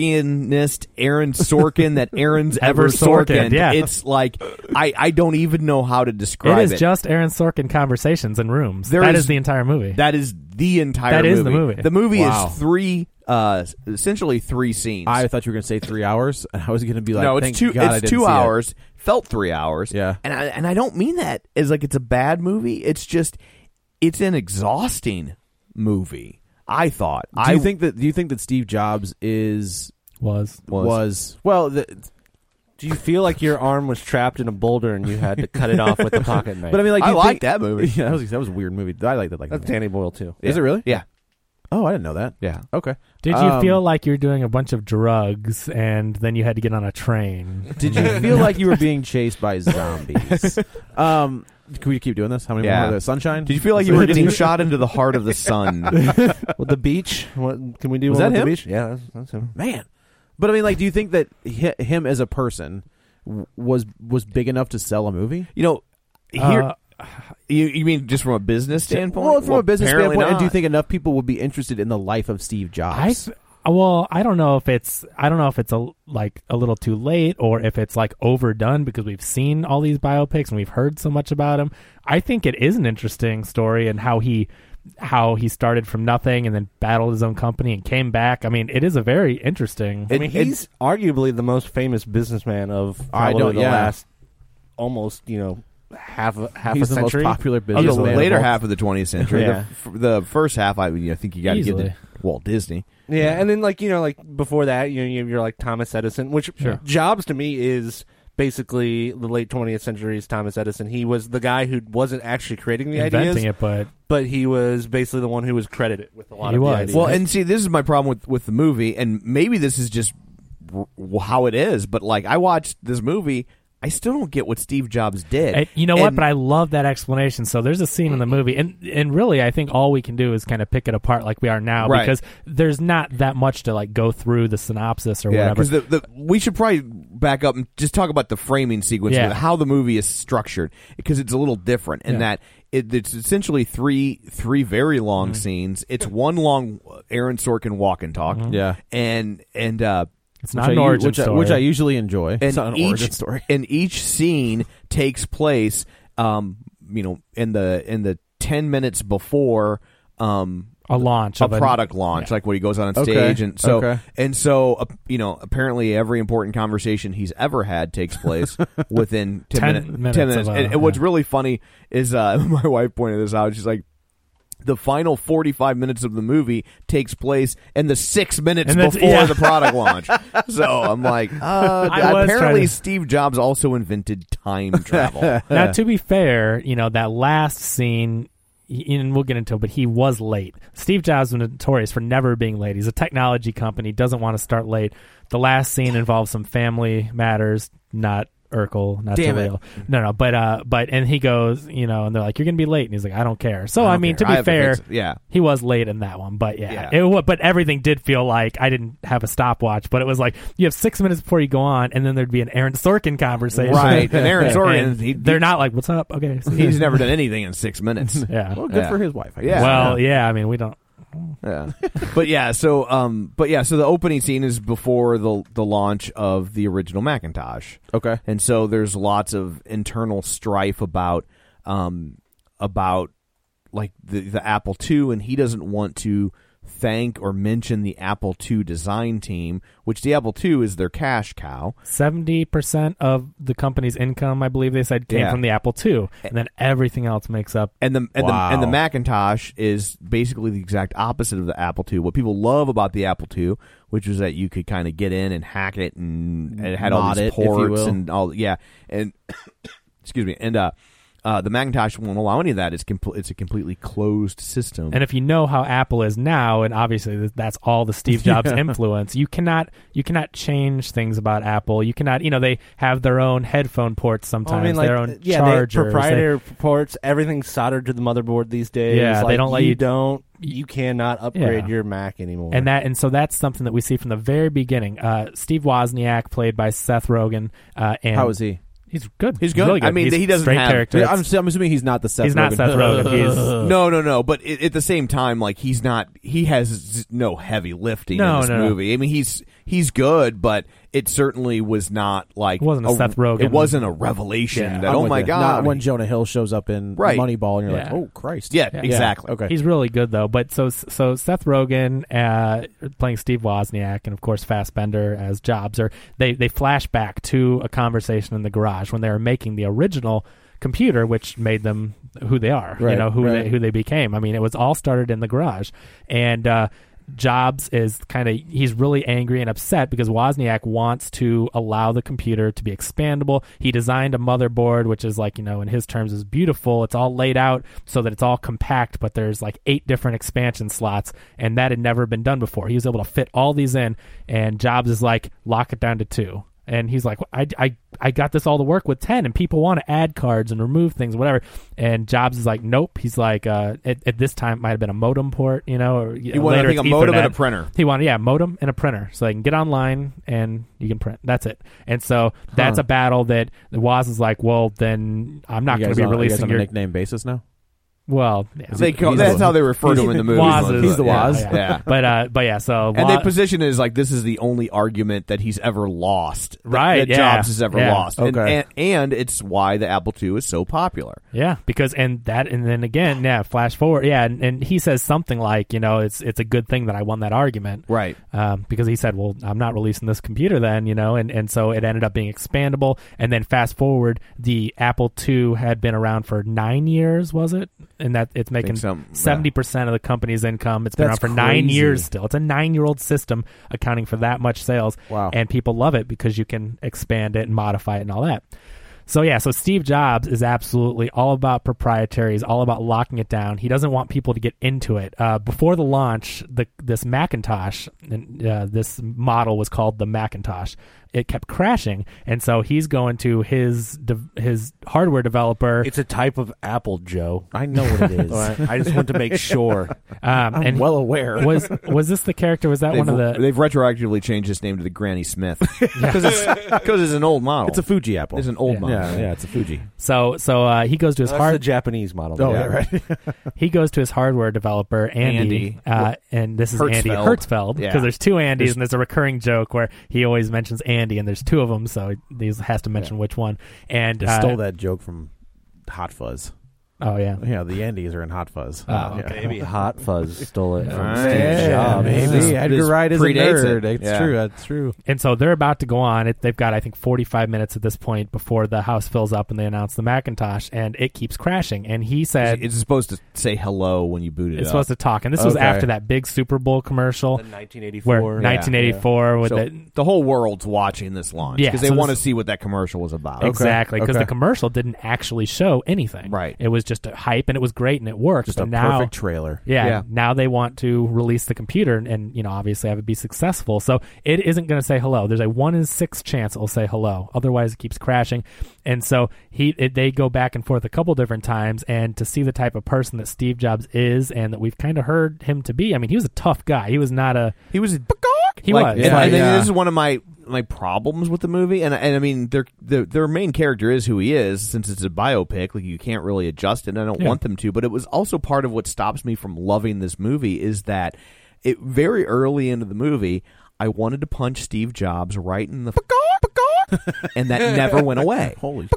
S5: Sorkinist Aaron Sorkin that
S8: <laughs>
S5: Aaron's
S8: Ever
S5: ever Sorkin.
S8: Sorkin'd, yeah.
S5: It's like I I don't even know how to describe
S8: it
S5: it.
S8: is just Aaron Sorkin conversations in rooms.
S5: There
S8: that
S5: is-
S8: is, the entire movie.
S5: that is the entire.
S8: That
S5: movie.
S8: is the movie.
S5: The movie
S9: Wow.
S5: is three, uh, essentially three scenes.
S9: I thought you were going to say three hours, <laughs> and I was going to be like,
S5: no, it's
S9: Thank
S5: two.
S9: God I
S5: it's
S9: didn't
S5: two
S9: see it."
S5: hours.
S9: felt three hours.
S5: Yeah.
S9: and I and I don't mean that as like it's a bad movie. It's just it's an exhausting movie. I thought.
S5: Do
S9: I
S5: you think that? Do you think that Steve Jobs is
S8: was
S5: was, well? The,
S7: Do you feel like your arm was trapped in a boulder and you had to cut it off with
S5: <laughs>
S7: a pocket knife?
S5: but I mean, like
S9: I
S5: do you
S9: like
S5: think-
S9: that movie.
S5: <laughs> Yeah, that was that was a weird movie. I like that. Like,
S7: that's Danny Boyle too.
S5: is it really?
S9: Yeah,
S5: Oh, I didn't know that.
S9: yeah.
S5: Okay.
S8: Did you
S5: Um,
S8: feel like you were doing a bunch of drugs and then you had to get on a train?
S5: Did
S9: <laughs>
S5: you feel like you were being chased by zombies? um, can we keep doing this? How many
S9: Yeah.
S5: more? Are there? Sunshine.
S9: Did you feel like you were getting shot into the heart of the sun?
S7: Well, the beach. What can we do?
S5: Was
S7: one
S5: that
S7: with
S5: him?
S7: The beach? Yeah, that's, that's him.
S5: man? But I mean, like, do you think that hi- him as a person w- was was big enough to sell a movie?
S9: You know, here
S8: Uh,
S9: you, you mean just from a business standpoint?
S5: Well, from a business
S9: apparently
S5: standpoint, and do you
S9: not.
S5: think enough people would be interested in the life of
S8: <laughs>
S5: Steve
S8: I
S5: Jobs?
S8: th- well, I don't know if it's I don't know if it's a like a little too late or if it's like overdone because we've seen all these biopics and we've heard so much about him. I think it is an interesting story and how he how he started from nothing and then battled his own company and came back. I mean, it is a very interesting.
S7: I mean, he's arguably the most famous businessman of
S5: I
S7: probably
S5: don't-
S7: the
S5: yeah.
S7: last almost you know half a, half
S5: He's
S7: a
S5: the most
S7: century.
S5: popular
S9: Of the
S5: businessman. of
S9: later
S5: all-
S9: half of the 20th century,
S5: Yeah.
S9: the, f- the first half, I you know, think you got to give to
S8: Easily.
S9: Walt Disney.
S7: Yeah, and then like you know like before that you know you- you're like Thomas Edison, which Jobs to me is basically the late 20th century's Thomas Edison. He was the guy who wasn't actually creating the
S8: inventing
S7: ideas,
S8: it, but
S7: but he was basically the one who was credited with a lot
S8: He
S7: of the
S8: was.
S7: ideas.
S9: Well, and see, this is my problem with with the movie, and maybe this is just r- how it is. But like, I watched this movie, I still don't get what Steve Jobs did.
S8: And you know what?
S9: And-
S8: But I love that explanation. So there's a scene in the movie, and and really, I think all we can do is kind of pick it apart like we are now,
S9: Right.
S8: because there's not that much to like go through the synopsis or
S9: yeah,
S8: whatever.
S9: because the, the we should probably back up and just talk about the framing sequence,
S8: Yeah.
S9: with how the movie is structured, because it's a little different in
S8: Yeah.
S9: that it, it's essentially three three very long
S8: Mm-hmm.
S9: scenes. It's one long Aaron Sorkin walk and talk,
S5: Yeah.
S8: Mm-hmm.
S9: and and uh,
S8: it's
S5: Which
S8: not
S5: I
S8: an
S5: u-
S8: origin
S5: which I,
S8: story.
S5: which I usually enjoy.
S9: and
S5: it's not an
S9: each,
S5: origin <laughs> story.
S9: And each scene takes place, um, you know, in the in the ten minutes before um,
S8: a launch
S9: a
S8: of
S9: product launch, like when he goes on
S5: Okay,
S9: stage, and so
S5: okay.
S9: and so uh, you know, apparently every important conversation he's ever had
S8: <laughs>
S9: takes place within 10,
S8: 10
S9: minute-
S8: minutes
S9: ten
S8: of
S9: minutes.
S8: a-
S9: and, and what's
S8: yeah.
S9: really funny is uh, <laughs> my wife pointed this out. She's like. The final forty-five minutes of the movie takes place in the six minutes
S8: And that's-
S9: before
S8: yeah.
S5: <laughs>
S9: the product launch. So I'm like, uh,
S8: I was
S9: apparently
S8: trying to-
S9: Steve Jobs also invented
S5: <laughs>
S9: time travel.
S8: Now, to be fair, you know that last scene, y- and we'll get into it, but he was late. Steve Jobs was notorious for never being late. He's a technology company, doesn't want to start late. The last scene involves some family matters, not Urkel, not
S5: Damn it.
S8: Terrell. No, no, but uh, but and he goes, you know, and they're like, "You're gonna be late," and he's like, "I don't care." So I,
S9: don't
S8: mean,
S9: care.
S8: to
S9: I
S8: be
S9: have to
S8: fair,
S9: fix it. Yeah.
S8: he was late in that one, but yeah,
S9: Yeah.
S8: It wa- but everything did feel like I didn't have a stopwatch, but it was like you have six minutes before you go on, and then there'd be an Aaron Sorkin conversation, <laughs>
S9: Right, and Aaron
S5: <laughs>
S9: Sorkin,
S8: And
S9: he-
S8: they're not like, "What's up?" Okay, <laughs> so-
S9: He's never done anything in six minutes.
S8: yeah.
S5: well,
S8: Well,
S5: good
S9: Yeah.
S5: for his wife. I guess.
S9: Yeah.
S8: yeah. I mean, we don't.
S9: Yeah. but yeah, so um but yeah, so the opening scene is before the the launch of the original Macintosh.
S5: Okay.
S9: And so there's lots of internal strife about um about like the the Apple II and he doesn't want to thank or mention the Apple II design team, which the Apple II is their cash cow.
S8: Seventy percent of the company's income, I believe they said, came
S9: Yeah.
S8: from the Apple II, and then everything else makes up.
S9: And the and,
S5: Wow.
S9: the and the Macintosh is basically the exact opposite of the Apple II. What people love about the Apple II, which was that you could kind of get in and hack it, and it had all
S5: Mod
S9: these
S5: it, if you
S9: ports
S5: will.
S9: and all. Yeah, and <coughs> excuse me, and uh, uh, the Macintosh won't allow any of that. It's compl- it's a completely closed system.
S8: And if you know how Apple is now, and obviously th- that's all the
S9: <laughs>
S8: Steve Jobs influence, you cannot you cannot change things about Apple. You cannot, you know, they have their own headphone ports sometimes, their own
S7: yeah,
S8: chargers.
S7: They,
S8: They-
S7: proprietary ports, everything's soldered to the motherboard these days.
S8: Yeah, they
S7: Like,
S8: don't let
S7: you
S8: you-
S7: don't you cannot upgrade
S8: Yeah.
S7: your Mac anymore.
S8: and that and so that's something that we see from the very beginning. Uh, Steve Wozniak, played by Seth Rogen, uh, and
S5: How is he?
S8: He's good.
S9: He's good.
S8: really
S9: I mean,
S8: He's
S9: he doesn't
S8: straight
S9: have-
S8: character.
S5: I'm, I'm assuming he's not the Seth.
S8: he's not
S5: Rogen.
S8: Seth Rogen. He's
S9: <laughs> no, no, no. But i at the same time, like he's not. He has z- no heavy lifting
S8: No,
S9: in this
S8: no, no.
S9: movie. I mean, he's he's good, but it certainly was not like
S8: Wasn't a Seth Rogen.
S9: It wasn't a revelation
S8: Yeah.
S9: that
S5: I'm
S9: oh
S5: with
S9: my
S5: you.
S9: god,
S5: Not when Jonah Hill shows up in
S9: <laughs> Right.
S5: Moneyball, and you're like,
S8: Yeah.
S5: oh Christ,
S9: yeah, exactly.
S5: okay.
S8: He's really good though. But so so Seth Rogen uh, playing Steve Wozniak and of course Fassbender as Jobs are they they flash back to a conversation in the garage when they were making the original computer which made them who they are you
S5: Right,
S8: know who
S5: right.
S8: they who they became i mean it was all started in the garage and uh jobs is kind of he's really angry and upset because wozniak wants to allow the computer to be expandable he designed a motherboard which is like you know in his terms is beautiful it's all laid out so that it's all compact but there's like eight different expansion slots and that had never been done before he was able to fit all these in and jobs is like lock it down to two and he's like, I, I, I got this all to work with 10, and people want to add cards and remove things, whatever. And Jobs is like, nope. He's like, uh, at, at this time, it might have been a modem port, you know, or you
S9: He
S8: know,
S9: wanted, I
S8: later
S9: think,
S8: it's
S9: a modem
S8: Ethernet.
S9: and a printer.
S8: He wanted, yeah, modem and a printer. So they can get online and you can print. That's it. And so that's a battle that the Woz is like, well, then I'm not
S5: You
S8: going
S5: guys
S8: to be
S5: on- you guys
S8: releasing
S5: on a
S8: your.
S5: nickname basis now.
S8: Well, yeah.
S9: They call,
S5: he's
S9: that's
S5: the-
S9: how they refer to him in the movie.
S8: Woz is-
S5: He's the
S9: yeah,
S5: Woz.
S9: Yeah.
S8: but, uh, but yeah, so.
S9: And
S8: Woz-
S9: they position it as like this is the only argument that he's ever lost, that-
S8: Right,
S9: That
S8: yeah,
S9: Jobs has ever
S8: yeah.
S9: lost, and,
S5: Okay.
S9: and and it's why the Apple II is so popular.
S8: Yeah, because and that and then again, yeah, flash forward, yeah, and, and he says something like, you know, it's it's a good thing that I won that argument,
S9: Right.
S8: Um, because he said, well, I'm not releasing this computer then, you know, and and so it ended up being expandable. And then fast forward, the Apple II had been around for nine years, was it? And that it's making
S9: so, yeah.
S8: seventy percent of the company's income. It's been
S5: That's
S8: around for nine
S5: crazy.
S8: years still. It's a nine year old system accounting for that much sales.
S5: Wow.
S8: And people love it because you can expand it and modify it and all that. So yeah, so Steve Jobs is absolutely all about proprietary. He's all about locking it down. He doesn't want people to get into it. Uh, before the launch, the this Macintosh, and, uh, this model was called the Macintosh. It kept crashing, and so he's going to his de- his hardware developer.
S7: It's a type of apple, Joe.
S5: I know what it <laughs> is.
S7: All right? I just want to make
S9: <laughs>
S7: sure.
S8: um,
S5: I'm
S8: and
S5: well aware.
S8: was was this the character? Was that
S9: They've,
S8: one of the?
S9: they've retroactively changed his name to the
S5: <laughs>
S9: Granny Smith because it's, 'cause it's an old model.
S5: It's a Fuji apple.
S9: It's an old
S8: Yeah.
S9: model.
S5: yeah, yeah, it's a Fuji.
S8: So so uh, he goes to his
S7: That's
S8: hard.
S7: the Japanese model.
S5: Oh,
S7: Yeah.
S5: yeah, right.
S8: he goes to his hardware developer
S9: Andy.
S8: Andy, uh, and this is Andy
S9: Hertzfeld.
S8: Hertzfeld because
S9: Yeah.
S8: there's two Andys
S9: There's-
S8: and there's a recurring joke where he always mentions Andy and there's two of them, so he has to mention which one. And
S5: I
S8: uh,
S5: stole that joke from Hot Fuzz.
S8: Oh yeah,
S5: Yeah, the Andes are in Hot Fuzz.
S8: Oh,
S5: Yeah.
S7: Maybe Hot Fuzz stole it from
S9: Right.
S7: Steve
S5: Yeah,
S7: Jobs.
S5: maybe.
S9: This-
S5: Edgar
S9: this
S5: Wright is a
S9: predates it.
S5: nerd. It's
S9: Yeah.
S5: true. That's true.
S8: and so they're about to go on. It, they've got I think 45 minutes at this point before the house fills up and they announce the Macintosh, and it keeps crashing. And he said.
S9: It's supposed to say hello when you boot it
S8: it's
S9: up.
S8: supposed to talk, and this was
S5: Okay.
S8: after that big Super Bowl commercial, where
S7: 1984.
S8: 1984 with
S9: So
S8: the
S9: the whole world's watching this launch
S8: Yeah,
S9: because they
S8: so
S9: want to
S8: this-
S9: see what that commercial was about.
S8: Exactly, because
S5: okay.
S8: the commercial didn't actually show anything.
S9: Right.
S8: It was just a hype, and it was great, and it worked.
S5: Just
S8: but
S5: a
S8: now,
S5: perfect trailer.
S8: yeah,
S9: Yeah.
S8: now they want to release the computer, and, and you know, obviously, have it be successful. So it isn't going to say hello. There's a one in six chance it'll say hello. Otherwise, it keeps crashing. And so he, it, they go back and forth a couple different times, and to see the type of person that Steve Jobs is, and that we've kind of heard him to be. I mean, he was a tough guy. He was not a
S9: He was a
S8: He
S9: like-
S8: was.
S9: And,
S5: Yeah.
S9: and I think
S5: Yeah.
S9: this is one of my my problems with the movie, and and I mean their their their main character is who he is since it's a biopic. Like you can't really adjust it. and I don't
S8: Yeah.
S9: want them to, but it was also part of what stops me from loving this movie is that it very early into the movie. I wanted to punch Steve Jobs right in the and that never went away.
S5: Holy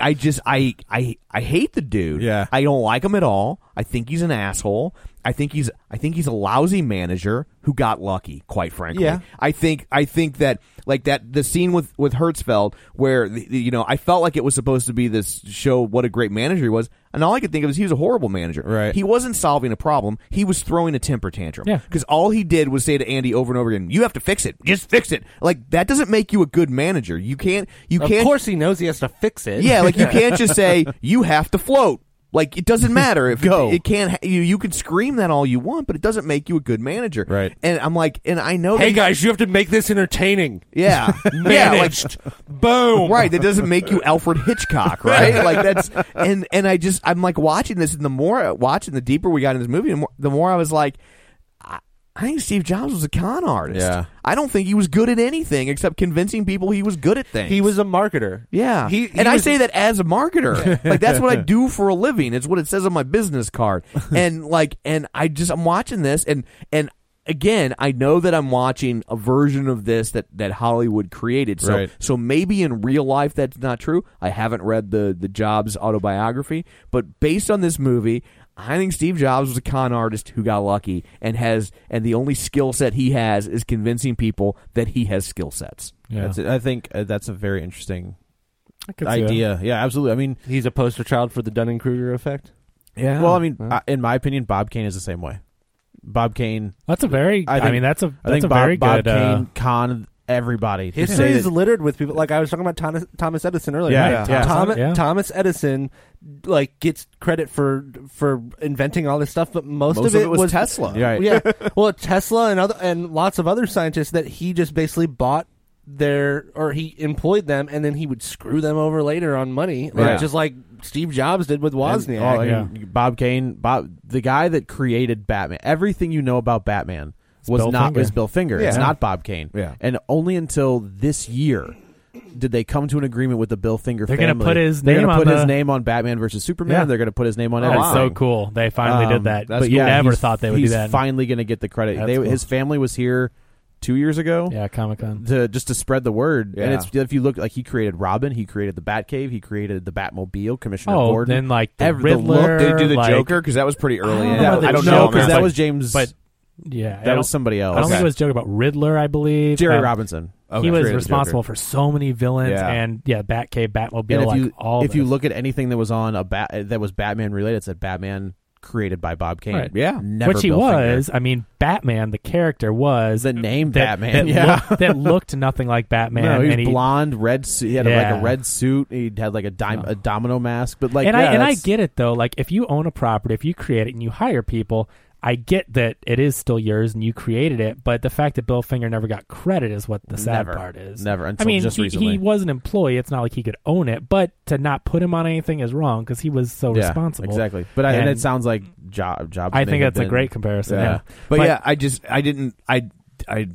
S9: I just I I I hate the dude.
S5: Yeah.
S9: I don't like him at all. I think he's an asshole. I think he's I think he's a lousy manager who got lucky, quite frankly.
S5: Yeah.
S9: I think I think that like that the scene with with Hertzfeld where the, the- you know I felt like it was supposed to be this show what a great manager he was, and all I could think of is he was a horrible manager.
S5: Right.
S9: He wasn't solving a problem. He was throwing a temper tantrum.
S8: Yeah.
S9: Because all he did was say to Andy over and over again, "You have to fix it. Just fix it." Like that doesn't make you a good manager. You can't. You
S7: Of
S9: can't.
S7: course, he knows he has to fix it.
S5: <laughs>
S9: Yeah, like you can't just say you have to float. Like it doesn't matter if
S5: <laughs> Go.
S9: It, it can't. ha- You you can scream that all you want, but it doesn't make you a good manager.
S5: Right.
S9: And I'm like, and I know.
S7: Hey
S9: that-
S7: guys, you have to make this entertaining.
S9: Yeah.
S7: <laughs>
S9: yeah. Like,
S7: Managed. Boom.
S9: right. That doesn't make you Alfred Hitchcock. Right. like that's. And and I just I'm like watching this, and the more watching, the deeper we got in this movie, the more, the more I was like. I- I think Steve Jobs was a con artist.
S5: Yeah.
S9: I don't think he was good at anything except convincing people he was good at things.
S7: He was a marketer.
S9: Yeah.
S7: He,
S9: and I
S7: was-
S9: say that as a marketer.
S5: <laughs>
S9: like that's what I do for a living. It's what it says on my business card. And like and I just I'm watching this and and again, I know that I'm watching a version of this that, that Hollywood created. So
S5: Right.
S9: so maybe in real life that's not true. I haven't read the the Jobs autobiography, but based on this movie, I think Steve Jobs was a con artist who got lucky and has and the only skill set he has is convincing people that he has skill sets.
S8: Yeah.
S5: That's it. I think uh, that's a very interesting
S8: I could see that.
S5: idea. Yeah, absolutely. I mean,
S7: He's a poster child for the Dunning Kruger effect.
S9: Yeah.
S8: Oh,
S5: well, I mean, I, in my opinion, Bob Kane is the same way. Bob Kane.
S8: That's a very. I,
S5: I think-
S8: mean, that's a.
S5: I
S8: that's
S5: think
S8: a
S5: Bob,
S8: very
S5: Bob
S8: good. uh,
S5: Kane conned everybody. to
S7: History
S5: say
S7: is
S5: that-
S7: littered with people. Like I was talking about Thomas, Thomas Edison earlier.
S5: Yeah,
S7: Right.
S5: yeah.
S7: Thomas,
S8: Yeah.
S7: Thomas Edison, like gets credit for for inventing all this stuff, but most,
S9: Most
S7: of, it
S9: was, Tesla.
S5: Yeah, right.
S7: yeah. <laughs> Well, Tesla and other and lots of other scientists that he just basically bought their or he employed them, and then he would screw them over later on money, like,
S9: Yeah.
S7: just like Steve Jobs did with Wozniak.
S5: And- oh, I
S8: Yeah.
S5: mean, Bob Kane, Bob, the guy that created Batman. Everything you know about Batman was
S8: Bill
S5: not
S8: Finger.
S5: was Bill Finger. It's
S7: Yeah.
S5: not Bob Kane.
S9: Yeah.
S5: And only until this year did they come to an agreement with the Bill Finger
S8: They're
S5: family.
S8: gonna put his
S5: They're
S8: name
S5: gonna
S8: on
S5: put his
S8: the-
S5: name on Batman versus Superman.
S8: Yeah.
S5: They're going to put his name on
S8: that's
S5: everything.
S8: so cool. They finally
S5: Um,
S8: did that.
S5: That's
S8: But you
S5: cool.
S8: never
S5: He's-
S8: thought they would do
S5: he's
S8: that.
S5: Finally, going to get the credit.
S8: That's
S5: They,
S8: cool.
S5: His family was here two years ago
S8: yeah, Comic Con.
S5: to just to spread the word. And
S9: Yeah.
S5: it's if you look like he created Robin, he created the Batcave, he created the Batmobile, Commissioner
S8: Oh,
S5: Gordon.
S8: then like the
S5: Every- the
S8: Riddler.
S5: look
S9: Did he do the
S8: like-
S9: Joker? Because that was pretty early.
S8: don't
S9: in.
S8: know about
S9: I
S8: the
S9: don't
S8: Joker.
S9: know.
S5: no, because
S9: man.
S5: that was James.
S8: But yeah, I
S5: that
S8: don't-
S5: was somebody
S8: I
S5: else.
S8: don't think it was a joke about Riddler. I believe
S5: Jerry
S8: Uh,
S5: Robinson.
S9: Okay.
S8: he was
S9: Created
S8: responsible
S9: Joker.
S8: for so many villains
S9: Yeah.
S8: and yeah, Batcave, Batmobile,
S5: And if
S8: like
S5: you
S8: all.
S5: if
S8: of
S5: you
S8: it.
S5: look at anything that was on a bat that was Batman related, it said Batman created by Bob Kane.
S8: Right.
S9: Yeah.
S5: never
S8: which he
S5: Bill Finger.
S8: was. I mean, Batman, the character was
S5: The name
S8: that, that,
S5: Batman, <laughs> yeah.
S8: looked, that looked nothing like Batman.
S5: no, he was
S8: and he,
S5: blonde, red suit. He had a- like
S8: Yeah.
S5: a red suit. He had like a dime, a domino mask. But like,
S8: and
S5: yeah,
S8: I and I
S5: that's-
S8: get it though. Like if you own a property, if you create it and you hire people, I get that it is still yours and you created it. But the fact that Bill Finger never got credit is what the sad
S5: Never.
S8: part is.
S5: Never,
S8: I
S5: until
S8: mean,
S5: just
S8: he,
S5: recently.
S8: he was an employee. It's not like he could own it, but to not put him on anything is wrong because he was so
S5: yeah,
S8: responsible.
S5: exactly. But I, and,
S8: And-
S5: it sounds like job job.
S8: I
S5: may
S8: think
S5: have
S8: that's a
S5: been-
S8: great comparison. Yeah,
S9: But, yeah, I just I didn't I I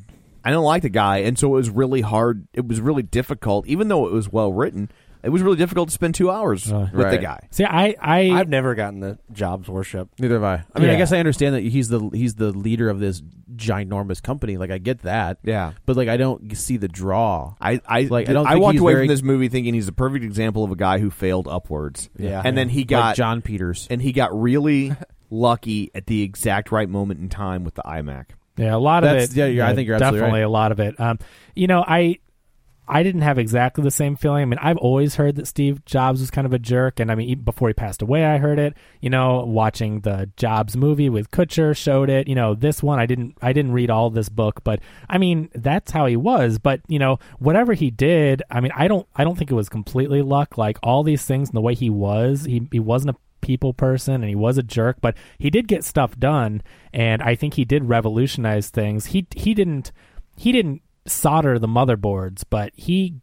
S9: I don't like the guy, and so it was really hard. It was really difficult, even though it was well written. It was really difficult to spend two hours
S8: Right.
S9: with the
S5: Right.
S9: guy.
S8: See, I, I,
S7: I've never gotten the Jobs worship.
S5: Neither have I. I mean, I
S8: Yeah.
S5: guess I understand that he's the he's the leader of this ginormous company. Like, I get that.
S9: Yeah.
S5: But like, I don't see the draw.
S9: I I
S5: Like, I
S9: I,
S5: don't think
S9: walked
S5: he's
S9: away
S5: very-
S9: from this movie thinking he's a perfect example of a guy who failed upwards.
S7: Yeah.
S9: and then he
S5: Like
S9: got
S5: John Peters.
S9: and he got really <laughs> lucky at the exact right moment in time with the iMac.
S8: Yeah, a lot
S5: That's-
S8: of it.
S5: yeah, you're- I think you're absolutely
S8: definitely a lot of it. Um, you know, I I didn't have exactly the same feeling. I mean, I've always heard that Steve Jobs was kind of a jerk, and I mean, even before he passed away, I heard it. You know, watching the Jobs movie with Kutcher showed it. You know, this one I didn't I didn't read all this book, but I mean, that's how he was. But you know, whatever he did, I mean, I don't I don't think it was completely luck. Like all these things and the way he was, he he wasn't a people person and he was a jerk, but he did get stuff done and I think he did revolutionize things. He he didn't he didn't solder the motherboards, but he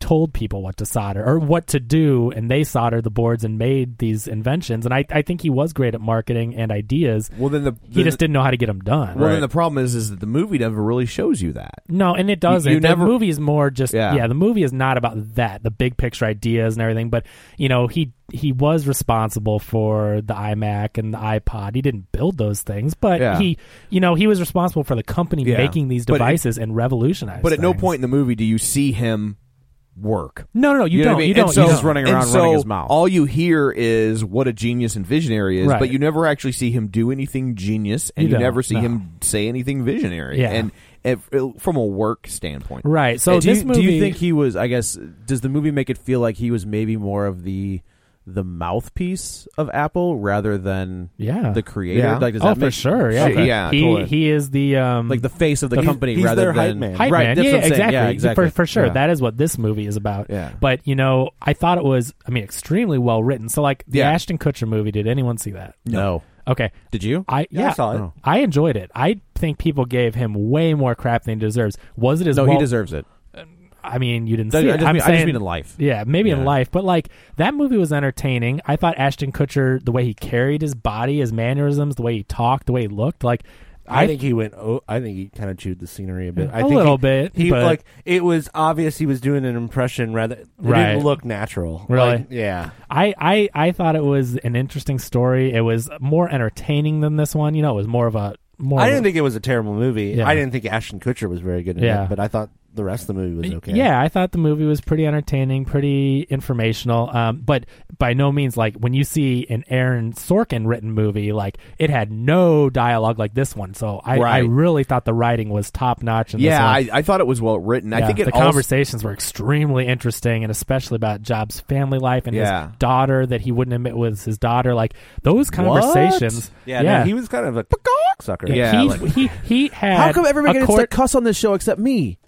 S8: told people what to solder or what to do and they soldered the boards and made these inventions and I, I think he was great at marketing and ideas.
S9: Well, then the
S8: He just didn't know how to get them done.
S9: Well, then the problem is is that the movie never really shows you that.
S8: No, and it doesn't.
S9: you
S8: the
S9: never-
S8: movie is more just
S9: Yeah.
S8: yeah. The movie is not about that, the big picture ideas and everything. But you know, he he was responsible for the iMac and the iPod. He didn't build those things, but
S9: Yeah.
S8: he you know he was responsible for the company
S9: Yeah.
S8: making these
S9: But it-
S8: devices and revolutionized.
S9: But at no
S8: things.
S9: point in the movie do you see him work.
S8: No, no, no. You,
S9: know
S8: don't.
S9: what I mean?
S8: You don't.
S9: And
S8: you
S9: so-
S5: He's
S8: don't.
S5: just running
S9: and
S5: around,
S9: so
S5: running his mouth.
S9: All you hear is what a genius and visionary is,
S8: Right.
S9: but you never actually see him do anything genius, and
S8: You
S9: you,
S8: don't,
S9: never see
S8: no.
S9: him say anything visionary.
S8: Yeah.
S9: And if,
S5: uh,
S9: from a work standpoint,
S8: Right. So
S5: And do,
S8: this
S5: you,
S8: movie.
S5: do you think he was? I guess does the movie make it feel like he was maybe more of the the mouthpiece of Apple rather than
S8: Yeah.
S5: the creator?
S9: Yeah.
S5: Like, does
S8: oh,
S5: that
S8: for
S5: make,
S8: sure. Yeah.
S9: Okay. Yeah,
S8: He
S9: totally.
S8: he is the um
S5: Like the face of the
S8: He's-
S5: company
S7: he's
S5: rather
S7: their hype
S5: than
S7: man.
S8: Hype
S5: right?
S8: man.
S5: That's
S8: yeah,
S5: what I'm saying.
S8: exactly.
S5: Yeah, exactly.
S8: For, for sure.
S5: Yeah.
S8: That is what this movie is about.
S9: Yeah.
S8: But, you know, I thought it was, I mean, extremely well written. So, like, the
S9: Yeah.
S8: Ashton Kutcher movie, did anyone see that?
S5: no.
S8: Okay.
S5: Did you?
S8: I,
S7: Yeah, I
S8: yeah,
S7: saw it.
S5: Oh.
S8: I enjoyed it. I think people gave him way more crap than he deserves. Was it as
S5: No,
S8: well?
S5: he deserves it.
S8: I mean, you didn't
S5: I
S8: see
S5: just
S8: it. I'm
S5: mean- I just
S8: saying,
S5: mean in life.
S8: Yeah, maybe
S5: Yeah.
S8: in life, but like that movie was entertaining. I thought Ashton Kutcher, the way he carried his body, his mannerisms, the way he talked, the way he looked, like
S7: I think he went. Oh, I think he kind of chewed the scenery a bit.
S8: A
S7: I think he-
S8: little bit,
S7: He
S8: but-
S7: like it was obvious he was doing an impression rather. It
S8: Right.
S7: didn't look natural.
S8: Really?
S7: Like, yeah.
S8: I, I I thought it was an interesting story. It was more entertaining than this one. You know, it was more of a more.
S7: I
S8: of a-
S7: didn't think it was a terrible movie.
S8: Yeah.
S7: I didn't think Ashton Kutcher was very good in
S8: Yeah.
S7: it, but I thought the rest of the movie was okay.
S8: Yeah, I thought the movie was pretty entertaining, pretty informational. Um, but by no means like when you see an Aaron Sorkin written movie, like it had no dialogue like this one. So I, I
S9: Right.
S8: really thought the writing was top notch.
S9: yeah, I, I thought it was well written. I
S8: Yeah,
S9: think it
S8: the
S9: also-
S8: conversations were extremely interesting, and especially about Job's family life and
S9: Yeah.
S8: his daughter that he wouldn't admit was his daughter. Like those conversations.
S7: Yeah,
S8: yeah.
S7: No, he was kind of a sucker.
S9: Yeah.
S8: he,
S9: like-
S8: he he had.
S5: How come everybody
S8: a
S5: gets
S8: court-
S5: to cuss on this show except
S7: <laughs>
S5: me?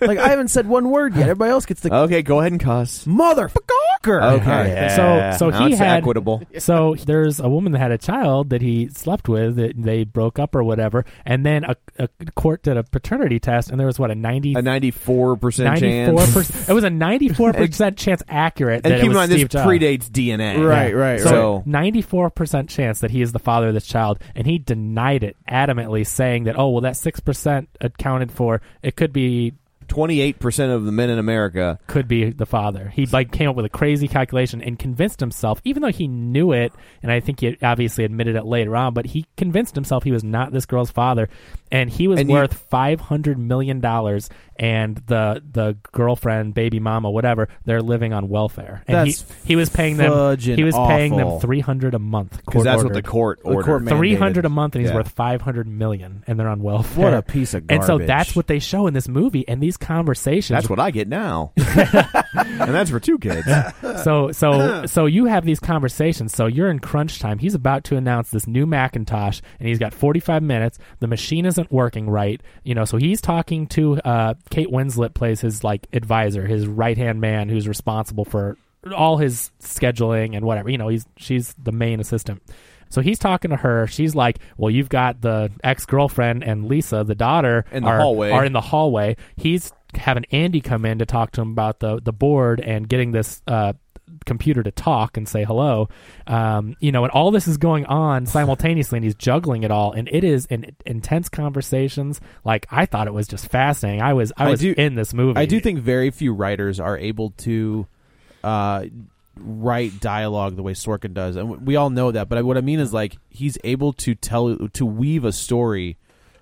S5: like I haven't said one word yet. Everybody else gets the
S9: Okay, go ahead and cuss.
S5: motherfucker.
S9: Okay,
S8: Yeah. So- so
S9: Now
S8: he
S9: it's
S8: had-
S9: equitable.
S8: <laughs> so there's a woman that had a child that he slept with that they broke up or whatever and then a, a court did a paternity test and there was what a 90
S9: A ninety-four percent chance.
S8: 94% it was a 94% chance accurate that
S9: And
S8: it
S9: keep
S8: was
S9: in mind,
S8: Steve
S9: this
S8: Jobs.
S9: predates DNA.
S5: Right, right,
S9: So,
S8: So, 94% chance that he is the father of this child, and he denied it adamantly, saying that, oh, well, that 6% accounted for, it could be
S9: twenty-eight percent of the men in America.
S8: could be the father. He like came up with a crazy calculation and convinced himself, even though he knew it, and I think he obviously admitted it later on, but he convinced himself he was not this girl's father, and he was
S9: And you-
S8: worth five hundred million dollars. And the the girlfriend, baby mama, whatever, they're living on welfare, and
S5: That's
S8: he, he was paying them.
S5: fudgin'
S8: He was paying them
S5: awful.
S8: three hundred a month.
S9: Because that's what the court
S5: The court
S9: ordered.
S5: ma-
S8: Three hundred
S5: mandated.
S8: a month, and he's
S9: Yeah.
S8: worth five hundred million, and they're on welfare.
S5: What a piece of
S8: And so
S5: garbage.
S8: that's what they show in this movie, and these conversations.
S9: that's what I get
S5: <laughs>
S9: now, and that's for two kids.
S8: so
S9: <laughs> Uh-huh.
S8: so so you have these conversations. So you're in crunch time. He's about to announce this new Macintosh, and he's got 45 minutes. The machine isn't working right, you know. So he's talking to uh, Kate Winslet, plays his like advisor, his right hand man, who's responsible for all his scheduling and whatever. You know, he's she's the main assistant. So he's talking to her. She's like, "Well, you've got the ex girlfriend and Lisa, the daughter,
S9: In the
S8: are-
S9: hallway.
S8: are in the hallway. He's having Andy come in to talk to him about the the board and getting this uh, computer to talk and say hello. Um, you know, and all this is going on simultaneously, and he's juggling it all, and it is in intense conversations. Like I thought it was just fascinating. I was I
S5: I
S8: was
S5: do-
S8: in this movie.
S5: I do think very few writers are able to uh, write dialogue the way Sorkin does, and w- we all know that. But I- what I mean is, like, he's able to tell to weave a story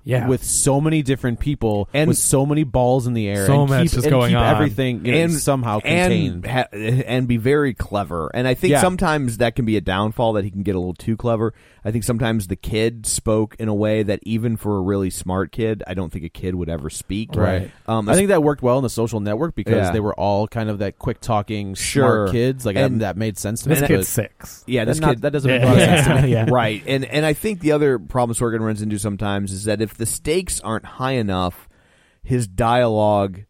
S8: yeah.
S5: with so many different people
S9: And-
S5: and with so many balls in the air,
S8: So
S5: and
S8: much
S5: keep,
S8: is
S5: and
S8: going
S5: keep
S8: on.
S5: everything you know, somehow
S9: and
S5: contained.
S9: ha- and be very clever. And I think
S5: Yeah.
S9: sometimes that can be a downfall that he can get a little too clever. I think sometimes the kid spoke in a way that even for a really smart kid, I don't think a kid would ever speak.
S5: Right.
S9: Um,
S5: I think that worked well in the social network because
S9: Yeah.
S5: they were all kind of that quick talking,
S9: Sure.
S5: smart kids. Like that-
S9: And-
S5: that made sense to
S8: this
S5: me.
S8: kid's
S5: but
S8: six.
S9: yeah, this
S5: that's not-
S9: kid
S5: that doesn't make
S8: Yeah.
S5: a lot of
S8: <laughs>
S5: sense to me.
S8: yeah.
S9: <laughs> right. And and I think the other problem Sorkin runs into sometimes is that if the stakes aren't high enough, his dialogue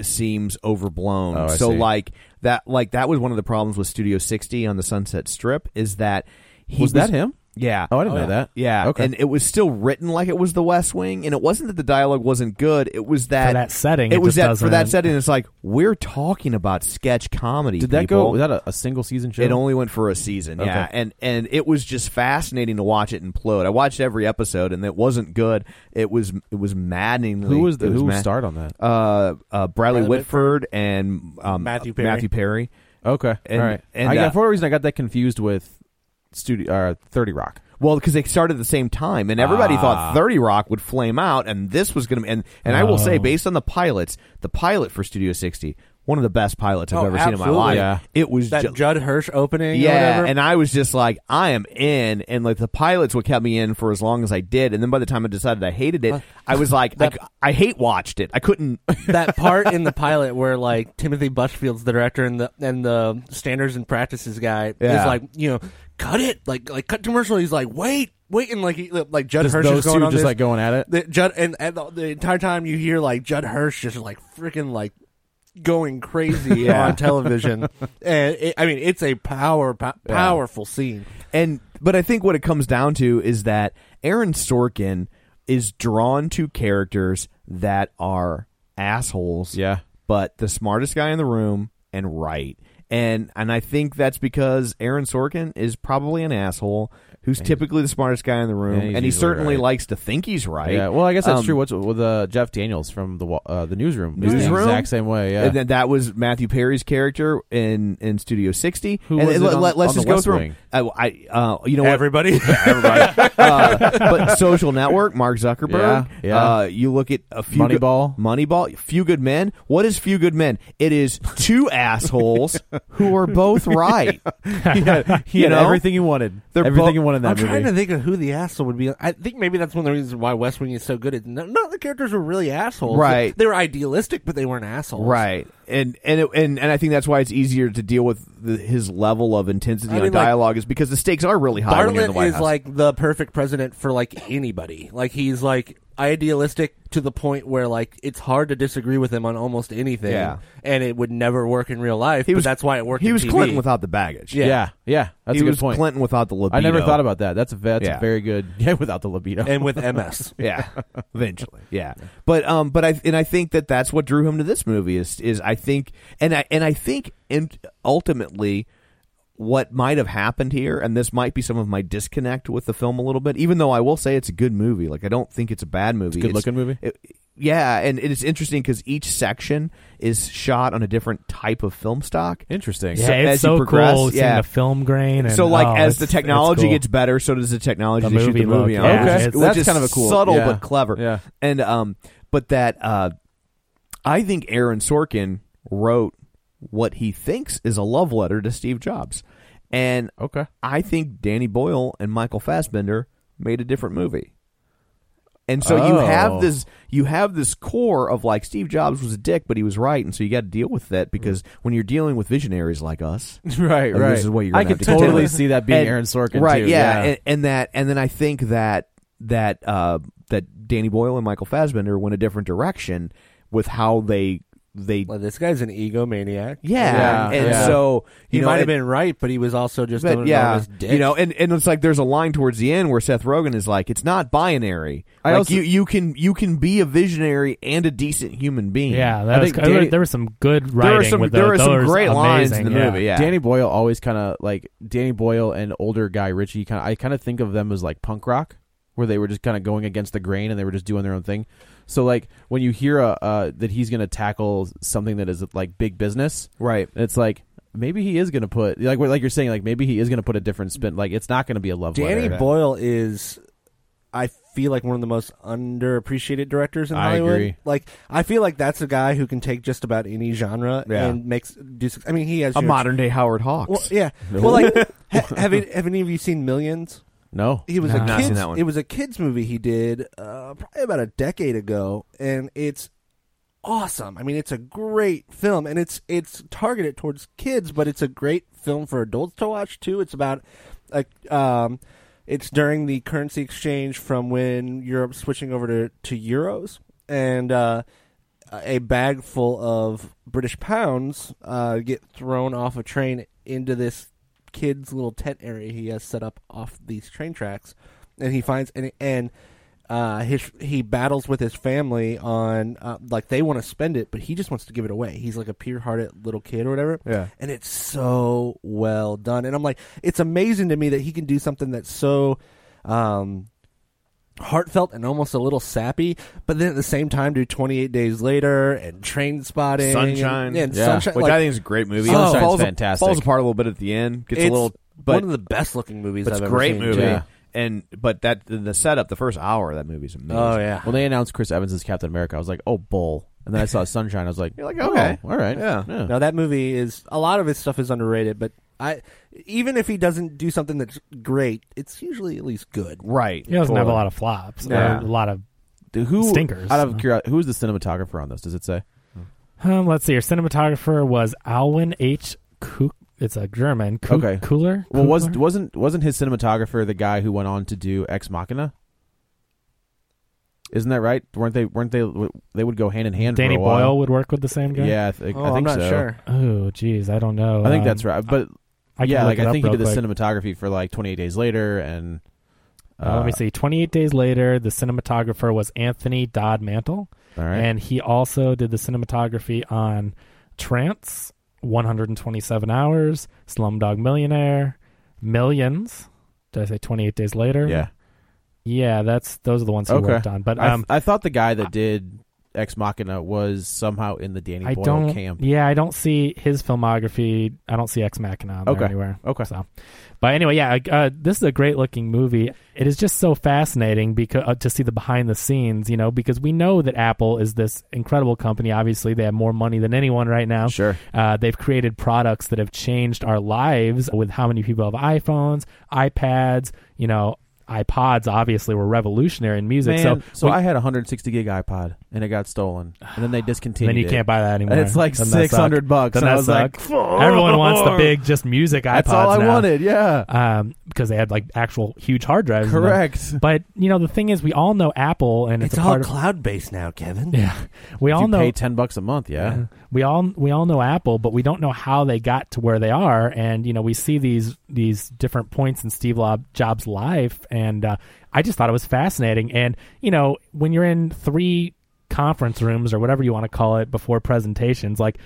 S9: seems overblown.
S5: Oh, I
S9: so
S5: see.
S9: like that like that was one of the problems with Studio 60 on the Sunset Strip is that he
S5: Was that him?
S9: Yeah.
S5: Oh, I didn't know that.
S9: Yeah.
S5: Okay.
S9: And it was still written like it was The West Wing, and it wasn't that the dialogue wasn't good. It was that
S8: For that setting,
S9: It,
S8: it
S9: was
S8: just
S9: that for that
S8: doesn't-
S9: setting. It's like we're talking about sketch comedy.
S5: Did that go?
S9: people.
S5: Was that a, a single season show?
S9: It only went for a season, yeah,
S5: Okay.
S9: and and it was just fascinating to watch it implode. I watched every episode, and it wasn't good. It was it was maddening.
S5: who was the
S9: it was
S5: who
S9: ma-
S5: starred on that?
S9: Uh, uh,
S7: Bradley
S9: Bradley, Whitford and um,
S7: Matthew Perry.
S9: Matthew Perry.
S5: Okay,
S9: And-
S5: all right.
S9: and,
S5: I,
S9: uh,
S5: got for a reason, I got that confused with Studio uh, Thirty Rock.
S9: Well, because they started at the same time, and everybody
S5: ah.
S9: thought Thirty Rock would flame out, and this was going to. And and I will say,
S8: Oh.
S9: based on the pilots, the pilot for Studio 60, one of the best pilots I've
S7: Oh,
S9: ever seen in my
S7: absolutely.
S9: life.
S5: Yeah.
S9: It was
S7: That
S9: ju-
S7: Judd Hirsch opening, or
S9: yeah,
S5: <laughs>
S7: whatever.
S9: and I was just like, I am in, and like the pilots what kept me in for as long as I did, and then by the time I decided I hated it, I was
S5: <laughs>
S9: like, I, I hate watched it. I couldn't.
S7: that part in the pilot where like Timothy Bushfield's the director and the and the standards and practices guy
S9: Yeah.
S7: is like, you know, cut it, like like cut commercial. He's like, wait, wait, and like he, like Judd
S5: Just
S7: Hirsch
S5: those
S7: is going
S5: two
S7: on
S5: just
S7: this.
S5: like going at it.
S7: The, Judd and, and the, the entire time you hear like Judd Hirsch just like freaking like
S5: <laughs>
S7: going crazy on television, and it, I mean it's a power po- powerful scene.
S9: And but I think what it comes down to is that Aaron Sorkin is drawn to characters that are assholes.
S5: Yeah.
S9: but the smartest guy in the room and right. and and I think that's because Aaron Sorkin is probably an asshole who's typically the smartest guy in the room,
S5: Yeah, he's
S9: and he
S5: usually
S9: certainly
S5: right.
S9: likes to think he's right.
S5: Yeah, well, I guess that's
S9: Um,
S5: true. What's with uh, Jeff Daniels from the wa- uh, the newsroom? was the
S9: Newsroom,
S5: exact same way. Yeah,
S9: And then that was Matthew Perry's character in in Studio 60.
S5: Who
S9: and
S5: was
S9: and
S5: it on-
S9: let, us
S5: on
S9: just
S5: the
S9: go
S5: West
S9: through.
S5: Wing?
S9: 'em. I, I uh, you know what?
S7: Everybody.
S9: uh, but Social Network, Mark
S5: Yeah,
S9: Zuckerberg.
S5: yeah.
S9: Uh, you look at a few
S5: Moneyball.
S9: Good, Moneyball. Few Good Men. What is Few Good Men? It is two assholes who are both right.
S5: <laughs> he
S9: you
S5: had
S9: know?
S5: everything he wanted.
S9: They're
S5: everything
S9: both-
S5: he wanted in that
S7: I'm
S5: movie.
S7: trying to think of who the asshole would be. I think maybe that's one of the reasons why West Wing is so good. At, none none of the characters were really assholes.
S9: Right.
S7: They were idealistic, but they weren't assholes.
S9: Right. And and, it, and and I think that's why it's easier to deal with the, his level of intensity
S7: I
S9: on
S7: mean, like,
S9: dialogue is because the stakes are really high when you're in the
S7: Bartlett
S9: White
S7: is
S9: House.
S7: like the perfect president for like anybody. Like he's like idealistic to the point where like it's hard to disagree with him on almost anything.
S9: Yeah.
S7: And it would never work in real life.
S9: he
S7: but
S9: was
S7: that's why it worked.
S9: He
S7: in
S9: was
S7: TV.
S9: Clinton without the baggage.
S7: Yeah.
S5: yeah, yeah, that's
S9: he
S5: a good
S9: was
S5: point.
S9: Clinton without the libido.
S5: I never thought about that. That's a that's
S9: Yeah.
S5: a very good. <laughs> Yeah, without the libido.
S7: <laughs> and with MS.
S9: yeah eventually yeah but um but i and i think that that's what drew him to this movie is is i think and i and i think and ultimately what might have happened here and this might be some of my disconnect with the film a little bit even though i will say it's a good movie like i don't think it's a bad movie
S5: good-looking movie?
S9: it- yeah and it's interesting because each section is shot on a different type of film stock
S5: Interesting.
S8: Yeah,
S9: So as
S8: it's
S9: you
S8: so
S9: progress-
S8: cool seeing
S9: yeah.
S8: the film grain. And,
S9: so like
S8: oh,
S9: as the
S8: it's- it's
S9: technology
S8: cool.
S9: gets better, so does the technology
S8: The
S9: they shoot
S8: movie
S9: the movie
S8: look,
S9: on,
S8: yeah.
S9: which
S8: Okay.
S9: is-
S5: That's
S9: which is
S5: kind of a cool-
S9: subtle
S5: yeah.
S9: but clever.
S5: Yeah.
S9: and um, but that uh, I think Aaron Sorkin wrote what he thinks is a love letter to Steve Jobs, and
S5: Okay.
S9: I think Danny Boyle and Michael Fassbender made a different movie. And so you
S5: Oh.
S9: have this you have this core of like Steve Jobs was a dick but he was right and so you got to deal with that because when you're dealing with visionaries like us
S5: Right,
S9: and
S5: right.
S9: This is what you're.
S5: I
S9: gonna
S5: could
S9: have to contend
S5: totally
S9: with.
S5: see that being
S9: And-
S5: Aaron Sorkin,
S9: right?
S5: too,
S9: yeah,
S5: yeah.
S9: And, and that, and then I think that that uh, that Danny Boyle and Michael Fassbender went a different direction with how they they
S7: Well, this guy's an egomaniac.
S9: yeah,
S5: Yeah,
S9: and
S5: yeah.
S9: so
S7: He
S9: you know,
S7: might have
S9: it-
S7: been right, but he was also just
S9: but
S7: an
S9: yeah,
S7: enormous dick.
S9: you know, and, and it's like there's a line towards the end where Seth Rogen is like, it's not binary.
S5: I
S9: like
S5: also-
S9: you you can you can be a visionary and a decent human being.
S8: Yeah,
S5: I
S8: that was,
S5: think
S8: there,
S5: Danny-
S8: were, there was some good
S9: there
S8: writing.
S9: are some
S8: with
S9: there
S8: those.
S9: are some
S8: Those
S9: great lines in
S8: amazing,
S9: the
S8: yeah.
S9: movie. Yeah,
S5: Danny Boyle always kind of like Danny Boyle and older guy Richie. Kind of, I kind of think of them as like punk rock, where they were just kind of going against the grain and they were just doing their own thing. So like when you hear uh, uh, that he's going to tackle something that is like big business,
S9: right.
S5: it's like maybe he is going to put like what- like you're saying like maybe he is going to put a different spin. Like it's not going to be a love
S7: Danny
S5: letter.
S7: Boyle is, I feel like one of the most underappreciated directors in
S5: I
S7: Hollywood.
S5: agree.
S7: Like I feel like that's a guy who can take just about any genre
S9: Yeah.
S7: and makes do. suc- I mean, he has
S9: A
S7: your-
S9: modern day Howard Hawks.
S7: Well, yeah. Well, <laughs> like ha- have, any, have any of you seen Millions?
S5: No,
S7: He was
S8: Nah.
S7: a
S8: Not
S9: seen
S7: kids.
S9: that one.
S7: It was a kids movie he did uh, probably about a decade ago, and it's awesome. I mean, it's a great film, and it's it's targeted towards kids, but it's a great film for adults to watch too. It's about like um, it's during the currency exchange from when Europe's switching over to to euros, and uh, a bag full of British pounds uh, get thrown off a train into this kid's little tent area he has set up off these train tracks, and he finds and and uh, his he battles with his family on uh, like they want to spend it, but he just wants to give it away. He's like a pure-hearted little kid or whatever.
S9: Yeah.
S7: and it's so well done, and I'm like, it's amazing to me that he can do something that's so. Um, heartfelt and almost a little sappy, but then at the same time do 28 Days Later and Train Spotting.
S9: Sunshine,
S7: And, and
S5: Yeah.
S7: Sunshine.
S9: which
S7: like,
S9: I think is Oh, a great movie.
S7: Sunshine's
S9: It falls,
S5: fantastic.
S9: Falls apart a little bit at the end. Gets a
S7: it's
S9: little,
S7: one
S9: but
S7: of the best looking movies
S9: but it's
S7: I've
S9: a
S7: ever
S9: great
S7: seen.
S9: movie.
S5: Yeah.
S9: And but that the setup, the first hour of that movie is amazing.
S7: Oh, yeah.
S5: When they announced Chris Evans as Captain America, I was like, oh, bull. And then I saw Sunshine. I was like,
S9: You're like,
S5: oh,
S9: okay.
S5: all right,
S9: Yeah.
S7: Now, that movie is a lot of his stuff is underrated, but I even if he doesn't do something that's great, it's usually at least good.
S9: right.
S8: He doesn't have a
S9: Totally.
S8: lot of flops. or A
S9: Yeah.
S8: lot of
S5: Dude, Who
S8: Stinkers.
S5: Out of curiosity, who's the cinematographer on this? Does it say?
S8: um, let's see. Your cinematographer was Alwin H. Kuk. It's a German. Kuk-
S5: Okay.
S8: Cooler.
S5: Well, was
S8: Kugler?
S5: wasn't wasn't his cinematographer the guy who went on to do Ex Machina? Isn't that right? weren't they weren't they they would go hand in hand?
S8: Danny
S5: for a while.
S8: Boyle would work with the same guy?
S5: Yeah, I, think
S7: Oh,
S5: I think
S7: am not
S5: so.
S7: sure.
S8: Oh, geez, I don't know.
S5: I think
S8: Um,
S5: that's right. But
S8: I can
S5: yeah,
S8: look
S5: like
S8: it
S5: I
S8: up
S5: think he
S8: real
S5: did
S8: quick.
S5: the cinematography for like 28 Days Later and.
S8: Uh, let me see. 28 Days Later, the cinematographer was Anthony Dodd Mantle,
S5: uh, All right.
S8: and he also did the cinematography on Trance 127 Hours, Slumdog Millionaire, Millions. Did I say 28 Days Later?
S5: Yeah.
S8: Yeah, that's those are the ones he
S5: Okay.
S8: worked on. But
S5: I,
S8: um,
S5: I thought the guy that did Ex Machina was somehow in the Danny
S8: I
S5: Boyle
S8: don't.
S5: camp.
S8: Yeah, I don't see his filmography. I don't see Ex Machina on there
S5: Okay.
S8: anywhere.
S5: Okay.
S8: So, but anyway, yeah, uh, this is a great looking movie. It is just so fascinating because uh, to see the behind the scenes, you know, because we know that Apple is this incredible company. Obviously, they have more money than anyone right now.
S5: Sure.
S8: Uh, they've created products that have changed our lives with how many people have iPhones, iPads, you know, iPods. Obviously, were revolutionary in music.
S5: Man,
S8: so,
S5: so
S8: we-
S5: I had a 160 gig iPod and it got stolen, and then they
S8: <sighs>
S5: discontinued.
S8: then you
S5: it.
S8: can't buy that anymore.
S5: And it's like
S8: Doesn't that suck?
S5: 600 bucks,
S8: Doesn't
S5: and I
S8: that
S5: was
S8: suck?
S5: like,
S8: everyone wants the big just music iPods.
S5: That's all I
S8: now.
S5: wanted. Yeah,
S8: um, because they had like actual huge hard drives. in them.
S5: correct.
S8: But you know the thing is, we all know Apple, and it's,
S7: It's
S8: a
S7: all
S8: part of.
S7: cloud based now, Kevin.
S8: Yeah, we
S5: If
S8: all
S5: you
S8: know
S5: pay 10 bucks a month. Yeah,
S8: we all we all know Apple, but we don't know how they got to where they are. And you know, we see these these different points in Steve Lob- Jobs' life, and uh, I just thought it was fascinating. And you know, when you're in three conference rooms or whatever you want to call it before presentations, like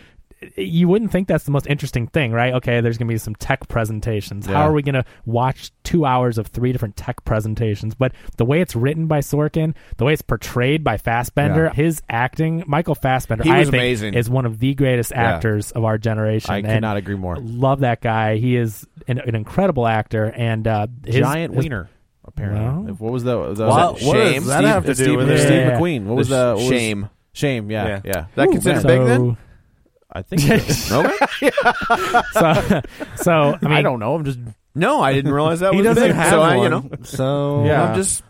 S8: you wouldn't think that's the most interesting thing, right? Okay, there's going to be some tech presentations. How
S5: Yeah.
S8: are we going to watch two hours of three different tech presentations? But the way it's written by Sorkin, the way it's portrayed by Fassbender,
S5: Yeah.
S8: his acting, Michael Fassbender,
S9: He
S8: I
S9: was
S8: think
S9: amazing.
S8: is one of the greatest
S9: Yeah.
S8: actors of our generation.
S5: I
S8: and
S5: cannot agree more.
S8: Love that guy. He is an, an incredible actor and uh, his,
S5: Giant
S8: his-
S5: wiener. Apparently,
S8: Well-
S5: what was the, the
S9: Wow,
S5: was
S9: what does that
S5: Steve,
S9: have to do
S5: Steve,
S9: with
S8: it?
S5: Steve
S8: Yeah.
S5: McQueen. What was
S9: The
S5: the what was-
S9: shame.
S5: Shame. Yeah,
S7: Yeah.
S5: yeah.
S9: that
S5: Ooh,
S9: considered
S5: man.
S9: big
S8: So,
S9: then?
S5: I think. So. okay.
S8: <laughs> so, so I mean,
S5: <laughs> I don't know. I'm just.
S9: No, I didn't realize that
S7: He
S9: was
S7: doesn't
S9: big.
S7: have
S9: so
S7: one.
S9: I, you know,
S7: So
S5: Yeah.
S9: I'm just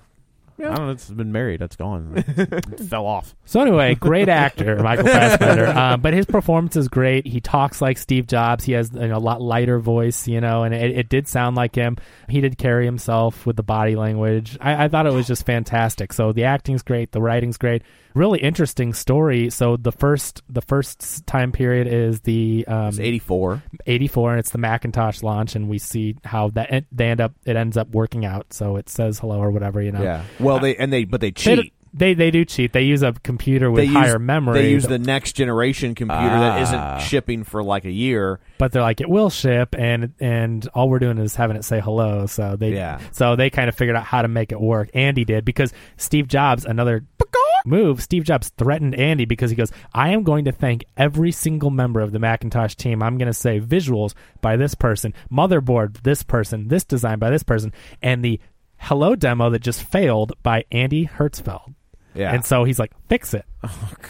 S5: I don't know. It's been married. It's
S9: <laughs>
S5: gone. It fell off.
S8: So anyway, great actor Michael Fassbender, um, but his performance is great. He talks like Steve Jobs. He has you know, a lot lighter voice, you know, and it, it did sound like him. He did carry himself with the body language. I, I thought it was just fantastic. So the acting's great, the writing's great. Really interesting story. So the first the first time period is the um,
S9: it's 84.
S8: 84 and it's the Macintosh launch and we see how that they end up it ends up working out so it says hello or whatever you know
S9: Yeah. Well,
S5: Uh,
S9: they and they but they
S8: They-
S9: cheat.
S8: They, they do cheat they use a computer with
S9: they
S8: higher
S9: use,
S8: memory
S9: They use the next generation computer that
S5: Ah.
S9: isn't shipping for like a year.
S8: but they're like it will ship and and all we're doing is having it say hello so they
S9: Yeah.
S8: so they kind of figured out how to make it work andy did because steve jobs another move steve jobs threatened andy because he goes i am going to thank every single member of the macintosh team i'm going to say visuals by this person motherboard this person this design by this person and the hello demo that just failed by andy hertzfeld
S9: Yeah.
S8: and so he's like fix it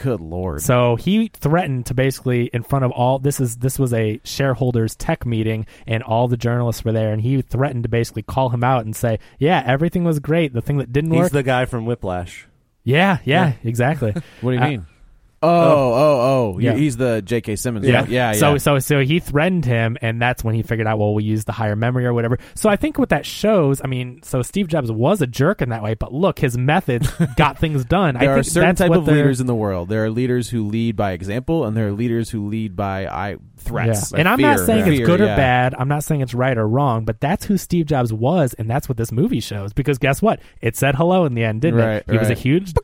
S5: Good lord.
S8: so he threatened to basically in front of all this is this was a shareholders tech meeting and all the journalists were there and he threatened to basically call him out and say, "Yeah, everything was great. The thing that didn't
S7: he's
S8: work."
S7: the guy from Whiplash.
S8: yeah, yeah, exactly.
S5: <laughs> What do you
S8: Uh,
S5: mean? Oh, oh, oh!
S8: Yeah.
S5: Yeah. He's the J.K. Simmons.
S8: Yeah,
S5: guy. yeah, yeah.
S8: So, so, so he threatened him, and that's when he figured out, well, we use the higher memory or whatever. So, I think what that shows, I mean, so Steve Jobs was a jerk in that way, but look, his
S5: <laughs>
S8: methods got things done.
S5: there
S8: I
S5: are
S8: think
S5: certain
S8: that's
S5: type
S8: what
S5: of
S8: they're-
S5: leaders in the world. There are leaders who lead by example, and there are leaders who lead by I threats.
S8: Yeah.
S5: like
S8: and I'm not
S5: fear.
S8: saying it's
S5: Fear,
S8: good or
S5: yeah.
S8: bad. I'm not saying it's right or wrong, but that's who Steve Jobs was, and that's what this movie shows. Because guess what? It said hello in the end, didn't
S5: Right,
S8: it? He was a
S5: right.
S8: huge.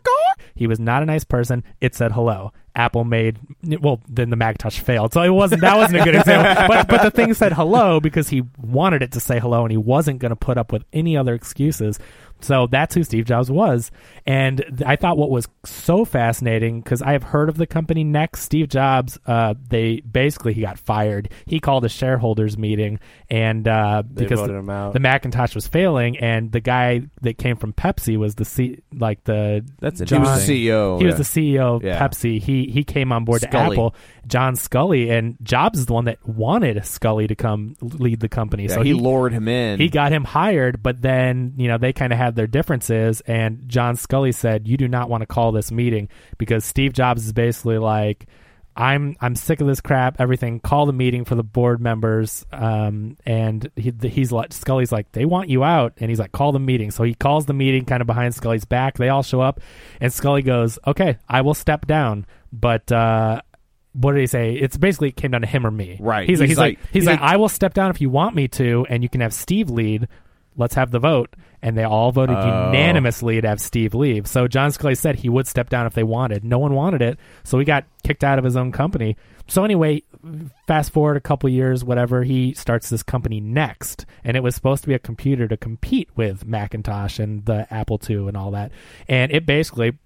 S8: He was not a nice person. It said hello. Apple made well. Then the Macintosh failed, so it wasn't. That wasn't a good example.
S7: <laughs>
S8: But, but the thing said hello because he wanted it to say hello, and he wasn't going to put up with any other excuses. So that's who Steve Jobs was. And th- I thought what was so fascinating because I have heard of the company Next. Steve Jobs, uh, they basically he got fired. He called a shareholders meeting and uh,
S7: They
S8: because
S7: voted
S8: the,
S7: him out.
S8: the Macintosh was failing, and the guy that came from Pepsi was the C, like the
S5: That's
S8: John-
S9: he was the CEO.
S8: he was the CEO of
S9: E Yeah.
S8: Pepsi. He he came on board to
S9: Scully.
S8: Apple. John Scully and Jobs is the one that wanted Scully to come lead the company.
S9: Yeah,
S8: so
S9: he, lured him in.
S8: E he got him hired, but then you know they kind of had their differences, and John Scully said, "You do not want to call this meeting because Steve Jobs is basically like." I'm I'm sick of this crap. Everything. Call the meeting for the board members. Um, and he, he's like Scully's like they want you out, and he's like call the meeting. So he calls the meeting kind of behind Scully's back. They all show up, and Scully goes, "Okay, I will step down, but uh, what did he say? It's basically it came down to him or me.
S9: Right.
S8: He's like,
S9: He's
S8: he's like,
S9: like-
S8: he's
S9: he's
S8: like,
S9: like-
S8: I will step down if you want me to, and you can have Steve lead. let's have the vote. And they all voted
S9: Oh.
S8: unanimously to have Steve leave. So John Scully said he would step down if they wanted. No one wanted it, so he got kicked out of his own company. So anyway, fast forward a couple years, whatever, he starts this company next, and it was supposed to be a computer to compete with Macintosh and the Apple II and all that. And it basically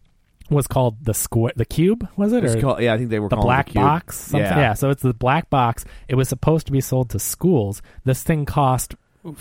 S8: was called the square, the cube, was it?
S9: It's
S8: Or-
S9: called- yeah, I think they were
S8: the
S9: calling it
S8: black
S9: cube.
S8: box. something-
S9: Yeah.
S8: Yeah. so it's the black box. It was supposed to be sold to schools. This thing cost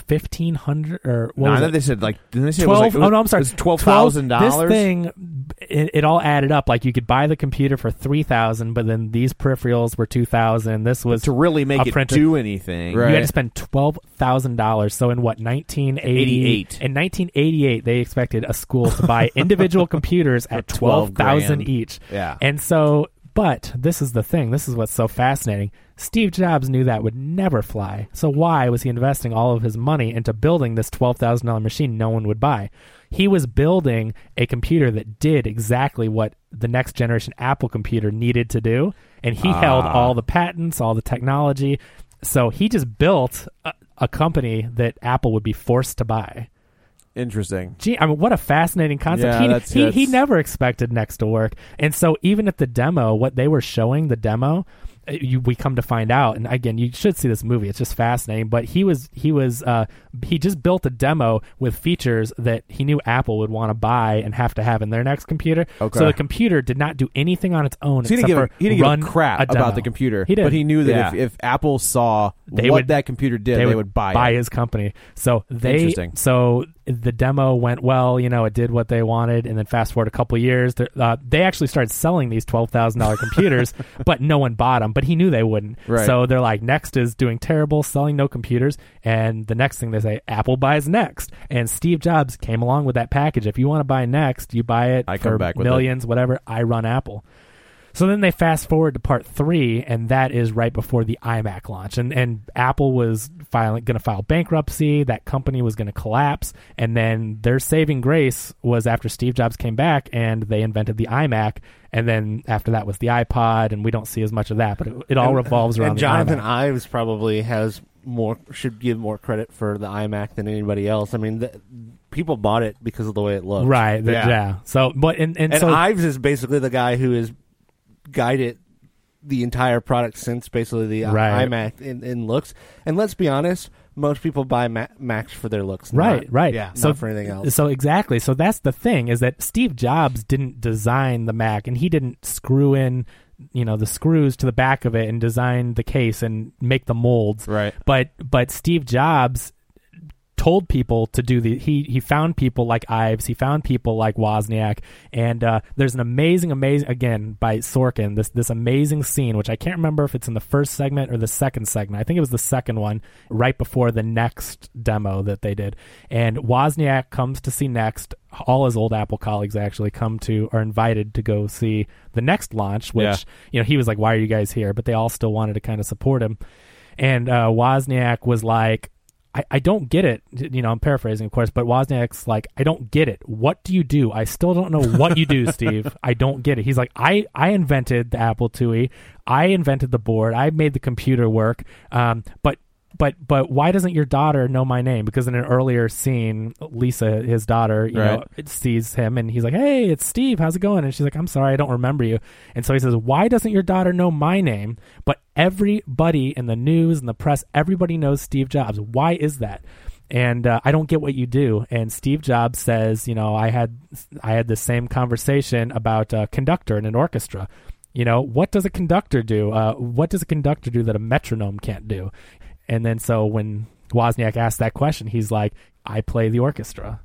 S8: fifteen hundred or what
S9: No, I
S8: was
S9: thought
S8: it?
S9: they said like didn't they say
S8: Twelve.
S9: It was like,
S8: oh no, I'm sorry.
S9: It was twelve thousand
S8: This
S9: dollars.
S8: thing, it, it all added up. Like you could buy the computer for three thousand, but then these peripherals were two thousand. This was
S9: to really make
S8: a
S9: it
S8: printer-
S9: do anything.
S8: you
S5: Right.
S8: had to spend twelve thousand dollars. So in what nineteen eighty
S9: 88.
S8: In nineteen eighty eight, they expected a school to
S9: <laughs>
S8: buy individual computers at twelve
S5: 12 grand.
S8: thousand each.
S9: Yeah.
S8: and so. But this is the thing. This is what's so fascinating. Steve Jobs knew that would never fly. So why was he investing all of his money into building this $12,000 machine no one would buy? He was building a computer that did exactly what the next generation Apple computer needed to do, and he held all the patents, all the technology. So he just built a, a company that Apple would be forced to buy.
S5: Interesting.
S8: Gee, I mean, what a fascinating concept.
S5: Yeah,
S8: he,
S5: that's-
S8: he, he
S5: that's-
S8: never expected Next to work. And so even at the demo, what they were showing, the demo, uh, you, we come to find out, and again, you should see this movie. It's just fascinating. But he was, he was, uh, he just built a demo with features that he knew Apple would want to buy and have to have in their next computer.
S5: Okay.
S8: So the computer did not do anything on its own
S5: So he
S8: except
S5: didn't give a,
S8: for
S5: he didn't
S8: run
S5: give a crap
S8: a demo.
S5: about the computer.
S8: He did.
S5: but he knew that
S9: Yeah.
S5: if, if Apple saw
S8: They
S5: what
S8: would-
S5: that computer did, they, would, buy, it.
S8: his company. So they
S5: Interesting.
S8: so the demo went well. You know, it did what they wanted, and then fast forward a couple years, th- uh, they actually started selling these twelve thousand dollar
S5: <laughs>
S8: computers, but no one bought them. But he knew they wouldn't.
S5: Right.
S8: So they're like, Next is doing terrible, selling no computers, and the next thing they say, Apple buys Next, and Steve Jobs came along with that package. If you want to buy Next, you buy it
S5: I
S8: for
S5: come back with it.
S8: millions, whatever. I run Apple. So then they fast forward to part three, and that is right before the iMac launch, and and Apple was filing going to file bankruptcy. That company was going to collapse, and then their saving grace was after Steve Jobs came back and they invented the iMac, and then after that was the iPod, and we don't see as much of that, but it, it all revolves around
S7: and
S8: the
S7: Jonathan
S8: iMac.
S7: Ives probably has more should give more credit for the iMac than anybody else. I mean, the, people bought it because of the way it looked,
S8: Right. the-
S9: Yeah.
S8: yeah. So, but and and,
S7: And
S8: so
S7: Ives is basically the guy who has guided the entire product since basically the i-
S8: Right.
S7: iMac in, in looks. And let's be honest, most people buy Ma- Macs for their looks,
S8: Right,
S7: not-
S8: right.
S7: Yeah,
S8: so,
S7: not for anything else.
S8: So exactly. So that's the thing is that Steve Jobs didn't design the Mac, and he didn't screw in, you know, the screws to the back of it and design the case and make the molds.
S5: Right.
S8: But but Steve Jobs told people to do the he he found people like Ives he found people like Wozniak and uh, there's an amazing amazing again by Sorkin this this amazing scene which I can't remember if it's in the first segment or the second segment I think it was the second one right before the next demo that they did and Wozniak comes to see next all his old Apple colleagues actually come to are invited to go see the next launch which
S5: Yeah.
S8: you know he was like why are you guys here but they all still wanted to kind of support him and uh, Wozniak was like, I, I don't get it. You know, I'm paraphrasing, of course, but Wozniak's like, I don't get it. What do you do? I still don't know what you do, Steve. I don't get it. He's like, I, I invented the Apple IIe. I invented the board. I made the computer work. Um, but but but why doesn't your daughter know my name? Because in an earlier scene, Lisa, his daughter, you know,
S5: Right.
S8: it sees him and he's like, "Hey, it's Steve. How's it going?" And she's like, "I'm sorry, I don't remember you." And so he says, "Why doesn't your daughter know my name?" But everybody in the news and the press, everybody knows Steve Jobs. Why is that? And uh, I don't get what you do. And Steve Jobs says, "You know, I had I had the same conversation about a conductor in an orchestra." You know, what does a conductor do? Uh, what does a conductor do that a metronome can't do? And then so when Wozniak asked that question, he's like, I play the orchestra.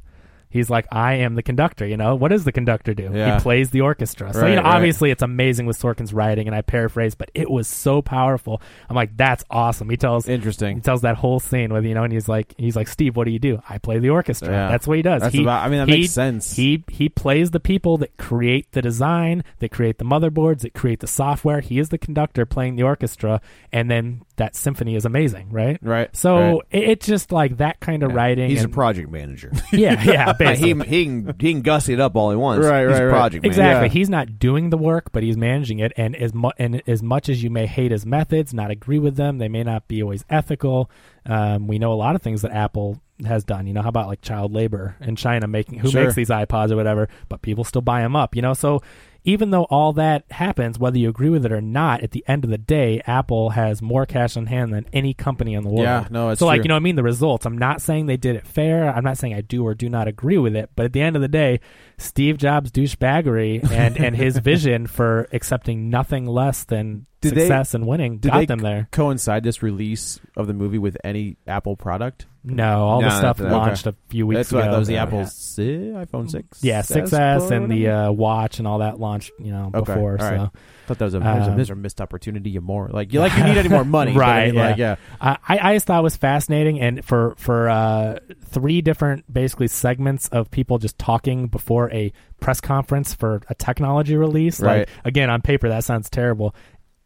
S8: He's like, I am the conductor. You know, what does the conductor do?
S5: Yeah.
S8: He plays the orchestra. So,
S5: Right,
S8: you know,
S5: right.
S8: obviously it's amazing with Sorkin's writing, and I paraphrase, but it was so powerful. I'm like, that's awesome. He tells he
S5: Interesting.
S8: tells that whole scene with you know, and he's like, he's like, Steve, what do you do? I play the orchestra.
S5: Yeah.
S8: That's what he does.
S5: That's
S8: he,
S5: about- I mean, that
S8: he-
S5: makes sense.
S8: He he plays the people that create the design, that create the motherboards, that create the software. He is the conductor playing the orchestra, and then that symphony is amazing, right?
S5: Right,
S8: So
S5: right.
S8: it it's just like that kind of writing.
S9: He's
S8: and-
S9: a project manager.
S8: <laughs> yeah, yeah,
S5: <laughs>
S9: he, he
S8: basically.
S9: can he can gussy it up all he wants.
S5: Right,
S9: He's
S5: right,
S9: a
S5: right.
S9: project manager.
S8: Exactly. He's not doing the work, but he's managing it. And as mu- and as much as you may hate his methods, not agree with them, they may not be always ethical. Um, we know a lot of things that Apple has done. You know, how about like child labor in China making who
S9: Sure.
S8: makes these iPods or whatever, but people still buy them up. You know, so even though all that happens, whether you agree with it or not, at the end of the day, Apple has more cash on hand than any company in the world.
S9: Yeah, no, it's
S8: so like
S9: true.
S8: you know, what I mean, the results. I'm not saying they did it fair. I'm not saying I do or do not agree with it. But at the end of the day, Steve Jobs' douchebaggery and and
S9: <laughs>
S8: his vision for accepting nothing less than
S9: Did they-
S8: success and winning
S9: Did
S8: got
S9: they
S8: them there.
S9: coincide this release of the movie with any Apple product?
S8: No, all
S5: No,
S8: the stuff
S5: that's- okay.
S8: launched a few weeks
S9: That's
S8: ago.
S9: why that was the
S8: Yeah.
S9: Apple si- iPhone six.
S8: Yeah, 6S and the
S9: Pro-
S8: uh, watch and all that launched, you know,
S9: Okay,
S8: before.
S9: all right.
S8: So
S9: thought that was a, that was a
S8: um,
S9: mis- or missed opportunity. You more like you like you need
S8: <laughs>
S9: any more money, but I
S8: Right,
S9: mean, Like, yeah.
S8: I, I I just thought it was fascinating, and for for uh, three different basically segments of people just talking before a press conference for a technology release.
S9: Right.
S8: Like again, on paper that sounds terrible.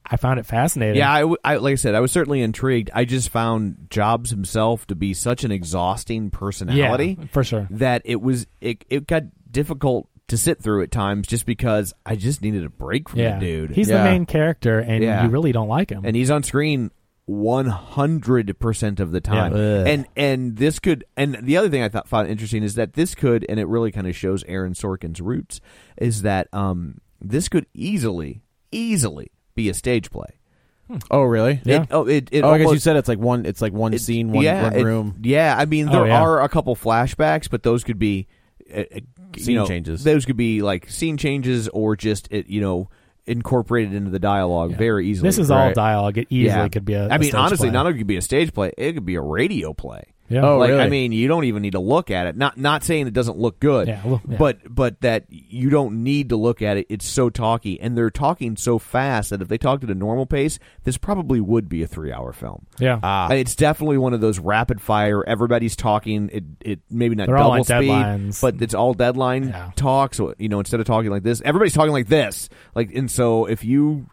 S8: I found it fascinating.
S5: Yeah, I, w- I- like I said, I was certainly intrigued. I just found Jobs himself to be such an exhausting personality
S8: Yeah, for sure.
S5: that it was it, it got difficult to sit through at times just because I just needed a break from
S8: yeah,
S5: the dude.
S8: He's
S9: Yeah.
S8: the main character, and
S5: Yeah.
S8: you really don't like him.
S5: and he's on screen 100% of the time.
S9: Yeah. Ugh.
S5: And and this could and the other thing I thought found interesting is that this could and it really kind of shows Aaron Sorkin's roots is that um this could easily easily be a stage play.
S9: Oh really?
S8: Yeah.
S5: It, oh, it, it
S9: oh, I guess you
S5: almost-
S9: said it's like one. It's like one
S5: it-
S9: scene, one, one
S5: it-
S9: room.
S5: Yeah, I mean
S8: Oh,
S5: there
S8: yeah.
S5: are a couple flashbacks, but those could be uh, uh, you
S9: Scene
S5: know,
S9: changes.
S5: Those could be like scene changes or just it, you know incorporated into the dialogue very easily.
S8: this is all
S9: Right.
S8: dialogue. It easily could be a.
S5: I
S8: a
S5: mean,
S8: stage
S5: honestly,
S8: play.
S5: not only could be a stage play, it could be a radio play.
S8: Yeah.
S9: Oh,
S5: like,
S9: really?
S5: I mean, you don't even need to look at it. Not not saying it doesn't look good,
S8: Yeah, well, yeah.
S5: but but that you don't need to look at it. It's so talky, and they're talking so fast that if they talked at a normal pace, this probably would be a three hour film.
S8: Yeah.
S5: And it's definitely one of those rapid fire. Everybody's talking. It it maybe not
S8: They're all
S5: double
S8: on
S5: speed,
S8: deadlines.
S5: but it's all deadline
S8: Yeah.
S5: talk. So you know, instead of talking like this, everybody's talking like this. Like, and so if you.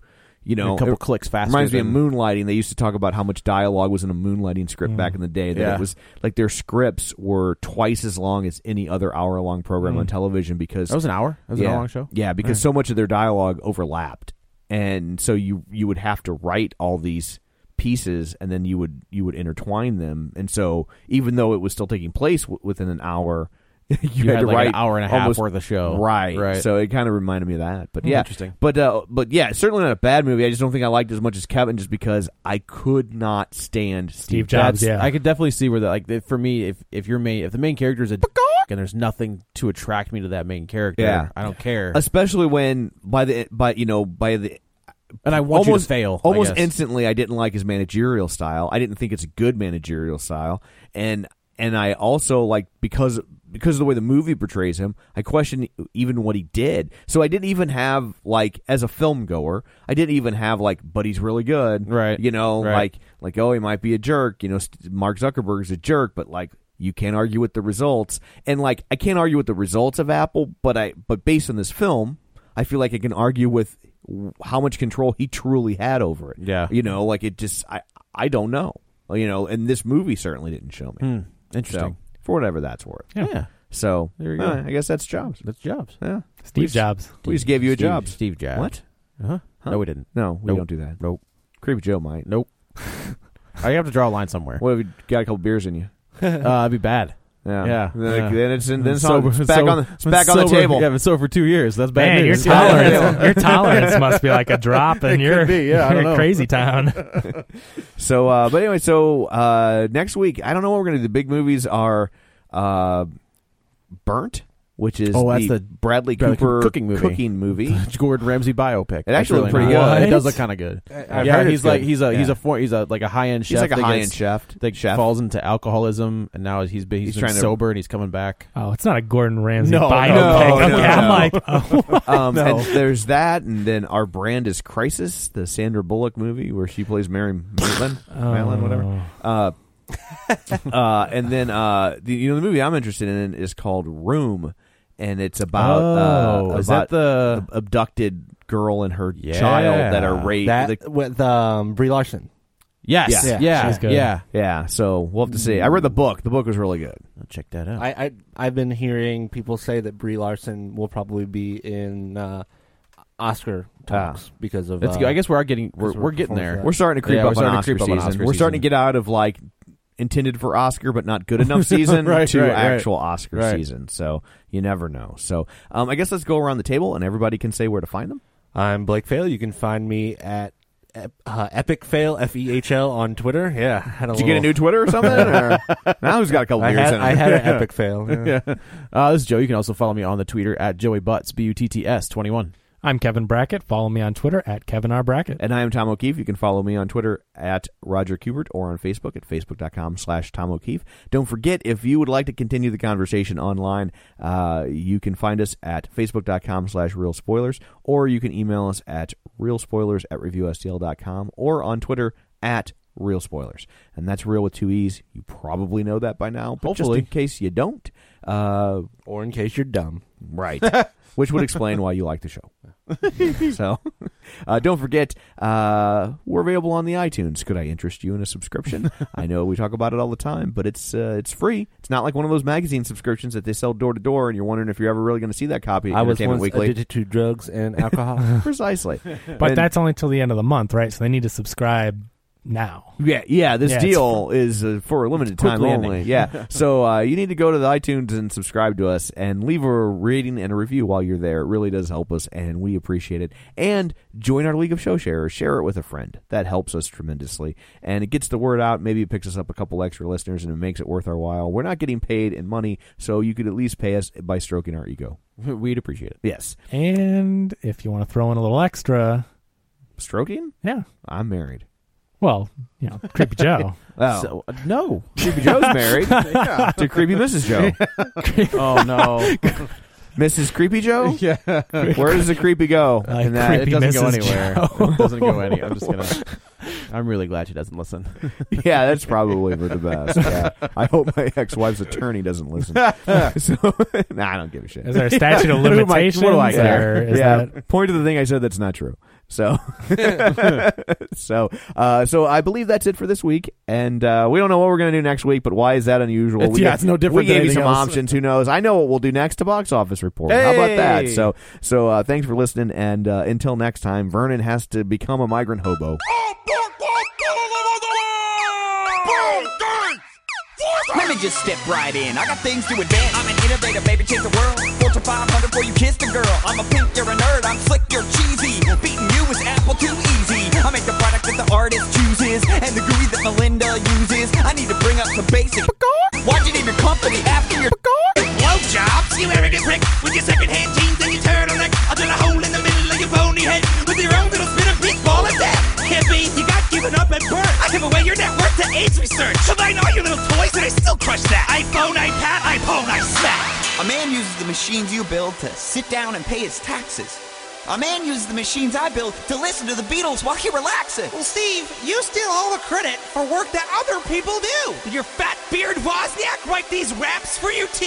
S5: You know,
S9: a couple
S5: it-
S9: clicks faster.
S5: Reminds me of
S9: than-
S5: moonlighting. They used to talk about how much dialogue was in a moonlighting script
S8: Mm.
S5: back in the day. That
S9: Yeah.
S5: it was like their scripts were twice as long as any other hour long program
S8: Mm.
S5: on television because
S9: That was an hour. That was
S5: yeah,
S9: an hour long show.
S5: Yeah, because so much of their dialogue overlapped, and so you you would have to write all these pieces and then you would you would intertwine them and so even though it was still taking place w- within an hour you,
S9: You had
S5: to
S9: like an
S5: write
S9: hour and a half
S5: almost
S9: worth of show.
S5: right
S9: Right. Hmm,
S5: so it kind of reminded me of that but yeah
S9: interesting.
S5: but uh, but yeah, it's certainly not a bad movie. I just don't think I liked it as much as Kevin, just because I could not stand Steve.
S8: Steve Jobs.
S9: That's-
S8: Yeah.
S9: I could definitely see where that like if, for me if if your main if the main character is a d- and there's nothing to attract me to that main character,
S5: Yeah.
S9: I don't care.
S5: Especially when by the by, you know, by the
S9: and I want you to
S5: almost
S9: fail. I
S5: Almost
S9: guess.
S5: instantly, I didn't like his managerial style. I didn't think it's a good managerial style, and and I also like because because of the way the movie portrays him, I question even what he did. So I didn't even have like as a film goer, I didn't even have like, but he's really good,
S9: Right.
S5: You know,
S9: Right.
S5: like like oh, he might be a jerk. You know, St- Mark Zuckerberg's a jerk, but like. You can't argue with the results, and like I can't argue with the results of Apple, but I but based on this film, I feel like I can argue with w- how much control he truly had over it.
S9: Yeah.
S5: You know, like it just I I don't know. You know, and this movie certainly didn't show me.
S9: Hmm, interesting.
S5: So, for whatever that's worth.
S9: yeah.
S5: So,
S9: There you go.
S5: uh, I guess that's jobs.
S9: that's Jobs.
S5: Yeah.
S8: Steve
S5: we just- <laughs>
S8: Jobs.
S5: We just gave you a
S9: Steve,
S5: job.
S9: Steve Jobs.
S5: What?
S9: Uh-huh.
S5: Huh?
S9: No, we didn't.
S5: No, we
S9: Nope.
S5: don't do that.
S9: Nope.
S5: Creepy Joe might. <laughs>
S9: Nope. I have to draw a line somewhere.
S5: What if you got a couple beers in you?
S9: <laughs> uh, that'd be bad.
S5: Yeah.
S9: Yeah.
S5: Then,
S9: Yeah.
S5: then it's in, then it's,
S9: Sober-
S5: on, it's back
S9: sober-
S5: on the it's back on the
S9: sober-
S5: table.
S9: <laughs> Yeah, but so for two years. That's bad
S8: Man, your
S5: <laughs>
S9: news.
S8: tolerance, your tolerance must be like a drop in your
S9: be,
S8: <laughs>
S9: yeah, <laughs> I don't know.
S8: crazy town.
S5: So, uh, but anyway, so uh, next week, I don't know what we're going to do. The big movies are uh, Burnt, which is
S9: Oh, that's
S5: the,
S9: the
S5: Bradley,
S9: Bradley
S5: Cooper
S9: Cooper cooking movie.
S5: Cooking
S9: <laughs>
S5: movie.
S9: Gordon Ramsay biopic.
S5: It actually looked
S9: That's
S5: pretty
S9: not-
S5: good.
S9: It does look kind of good.
S7: I've
S9: yeah,
S7: heard it's
S9: he's like
S7: good.
S9: he's a he's
S5: Yeah.
S9: a for, he's a like a high end chef.
S5: He's like a
S9: that
S5: high end
S9: gets-
S5: chef.
S9: That
S5: chef.
S9: falls into alcoholism, and now he's been,
S5: He's
S9: he's been
S5: trying to-
S9: sober, and he's coming back.
S8: Oh, it's not a Gordon Ramsay
S9: No,
S8: biopic.
S5: no,
S8: okay,
S5: no,
S8: I'm
S5: no.
S8: like, oh,
S9: <laughs>
S5: Um, and there's that, and then our brand is Crisis, the Sandra Bullock movie where she plays Mary Maitland,
S9: Oh.
S5: Maitland whatever.
S9: <laughs>
S5: Uh, uh, and then uh, the you know the movie I'm interested in is called Room, and it's about
S9: Oh,
S5: uh,
S9: is
S5: about
S9: that the-
S5: ab- abducted girl and her
S9: Yeah.
S5: child that are raped.
S7: that
S5: The-
S7: with um, Brie Larson.
S9: Yes,
S5: Yeah.
S9: yeah,
S8: She's
S9: yeah.
S8: good.
S5: yeah, so we'll have to see. I read the book. The book was really good.
S9: I'll check that out.
S7: I, I I've been hearing people say that Brie Larson will probably be in uh, Oscar talks because of.
S9: That's
S7: uh,
S9: good. Ah. I guess we are getting we're,
S7: we're
S9: we're getting
S7: performing for
S9: there.
S7: that.
S5: We're starting to creep
S9: Yeah,
S5: up
S9: we're
S5: on
S9: starting to
S5: Oscar
S9: creep up on
S5: season.
S9: Oscar
S5: We're starting to
S9: season.
S5: get out of like
S9: intended for Oscar but not good enough season
S10: Right,
S9: to
S10: right, right.
S9: actual Oscar
S10: Right.
S9: season. So you never know. So um, I guess let's go around the table and everybody can say where to find them.
S7: I'm Blake Fail. You can find me at ep- uh, Epic Fail F E H L on Twitter. Yeah, I had a
S9: Did you get a new Twitter or something? or? Now he's got a couple
S7: I
S9: years
S7: had,
S9: in him.
S7: I
S9: <laughs>
S7: had an Epic <laughs> Fail. yeah.
S10: Uh, this is Joe. You can also follow me on the Twitter at Joey Butts B U T T S twenty one.
S8: I'm Kevin Brackett. Follow me on Twitter at Kevin R. Brackett.
S9: And I am Tom O'Keefe. You can follow me on Twitter at Roger Kubert or on Facebook at facebook.com slash Tom O'Keefe. Don't forget, if you would like to continue the conversation online, uh, you can find us at facebook.com slash real spoilers, or you can email us at real spoilers at reviewstl.com or on Twitter at real spoilers. And that's real with two E's. You probably know that by now, but
S10: Hopefully.
S9: just in case you don't, uh,
S7: Or in case you're dumb.
S9: Right. <laughs> Which would explain why you like the show. <laughs> so, uh, don't forget, uh, we're available on the iTunes. Could I interest you in a <laughs> subscription? I know we talk about it all the time, but it's uh, it's free. It's not like one of those magazine subscriptions that they sell door to door, and you're wondering if you're ever really going to see that copy. At
S7: I was
S9: Entertainment
S7: once
S9: Weekly.
S7: addicted to drugs and
S9: <laughs>
S7: alcohol.
S9: Precisely.
S8: But
S9: And-
S8: that's only till the end of the month, right? So they need to subscribe now.
S9: Yeah, yeah. This
S8: Yeah, it's
S9: deal is uh, for a limited
S8: quick
S9: time
S8: landing.
S9: only.
S10: <laughs>
S9: Yeah, so uh, you need to go to the iTunes and subscribe to us, and leave a rating and a review while you're there. It really does help us, and we appreciate it. And join our League of Show Sharers. Share it with a friend. That helps us tremendously, and it gets the word out. Maybe it picks us up a couple extra listeners, and it makes it worth our while. We're not getting paid in money, so you could at least pay us by stroking our ego.
S10: <laughs> We'd appreciate it.
S9: Yes,
S8: And if you want to throw in a little extra,
S9: stroking.
S8: yeah.
S9: I'm married.
S8: Well, you know, creepy
S9: <laughs>
S8: Joe.
S9: Oh,
S10: So, uh, no.
S9: creepy Joe's married to creepy Mrs. Joe.
S10: oh no.
S9: Mrs. Creepy <laughs> Joe.
S10: yeah.
S9: Where does the creepy go?
S8: Like
S9: in that?
S10: It
S8: Creepy
S10: doesn't go
S8: Mrs.
S10: anywhere. It doesn't go any. I'm just gonna. I'm really glad she doesn't listen.
S9: <laughs> yeah, that's probably for the best. Yeah. I hope my <laughs> ex-wife's attorney doesn't
S10: <laughs>
S9: listen. so, <laughs> nah, I don't give a shit.
S8: Is there a statute of
S10: Who am I-
S8: limitations?
S10: what do I
S8: or
S10: care?
S8: is
S9: yeah,
S8: that-
S9: point to the thing I said that's not true. So,
S10: <laughs>
S9: so, uh, so I believe that's it for this week, and uh, we don't know what we're going to do next week. But why is that unusual?
S10: It's-
S9: we
S10: yeah, it's no different
S9: We
S10: than
S9: gave you some
S10: anything else.
S9: options. Who knows? I know what we'll do next. A box office report. How about that?
S10: Hey!
S9: So, so uh, thanks for listening, and uh, until next time, Vernon has to become a migrant hobo.
S5: Let me just step right in. I got things to advance. I'm an innovator, baby, change the world. Four to five hundred before you kiss the girl. I'm a pimp, you're a nerd. I'm slick, you're cheesy. Beating you is apple too easy. I make the product that the artist chooses and the GUI that Melinda uses. I need to bring up some basic. Why'd you name your company after your blowjobs? You arrogant prick with your secondhand jeans and your turtleneck. I'll drill a hole in the middle of your pony head with your own little spin of bitch ball at that. Hippie, you got given up at birth. I give away your net worth to AIDS research. Combine all your little toys and I still crush that. iPhone, iPad, iPhone, I smack. A man uses the machines you build to sit down and pay his taxes. A man uses the machines I build to listen to the Beatles while he relaxes. Well, Steve, you steal all the credit for work that other people do. Your fat beard Wozniak write these raps for you too?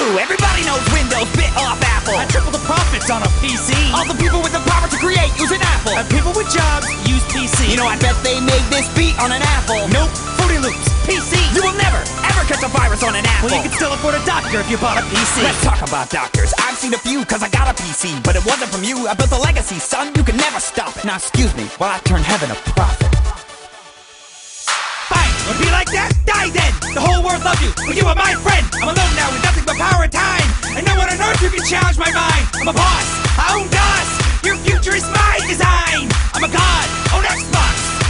S5: Ooh, everybody knows Windows bit off Apple. I triple the profits on a PC. All the people with the power to create use an Apple. And people with jobs use PC. You know, I bet they made this beat on an Apple. Nope, Fruity Loops, PC. You will never, ever catch a virus on an Apple. Well, you could still afford a doctor if you bought a PC. Let's talk about doctors. I've seen a few cause I got a PC. But it wasn't from you. I built a legacy, son. You can never stop it. Now, excuse me while I turn heaven a profit. Fine, would be like that? Die then! The whole world loves you, but you are my friend! I'm alone now with nothing but power and time! And no one on earth who can challenge my mind! I'm a boss! I own DOS! Your future is my design! I'm a god! Own Xbox!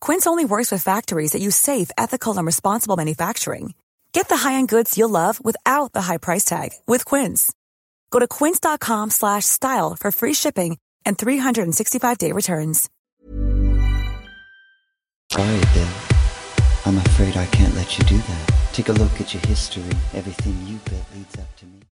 S11: Quince only works with factories that use safe, ethical, and responsible manufacturing. Get the high-end goods you'll love without the high price tag with Quince. Go to quince.com/style slash style for free shipping
S12: and 365 day returns.
S5: Sorry, Bill. I'm afraid I can't let you do that. Take a look at your history. Everything you built leads up to me.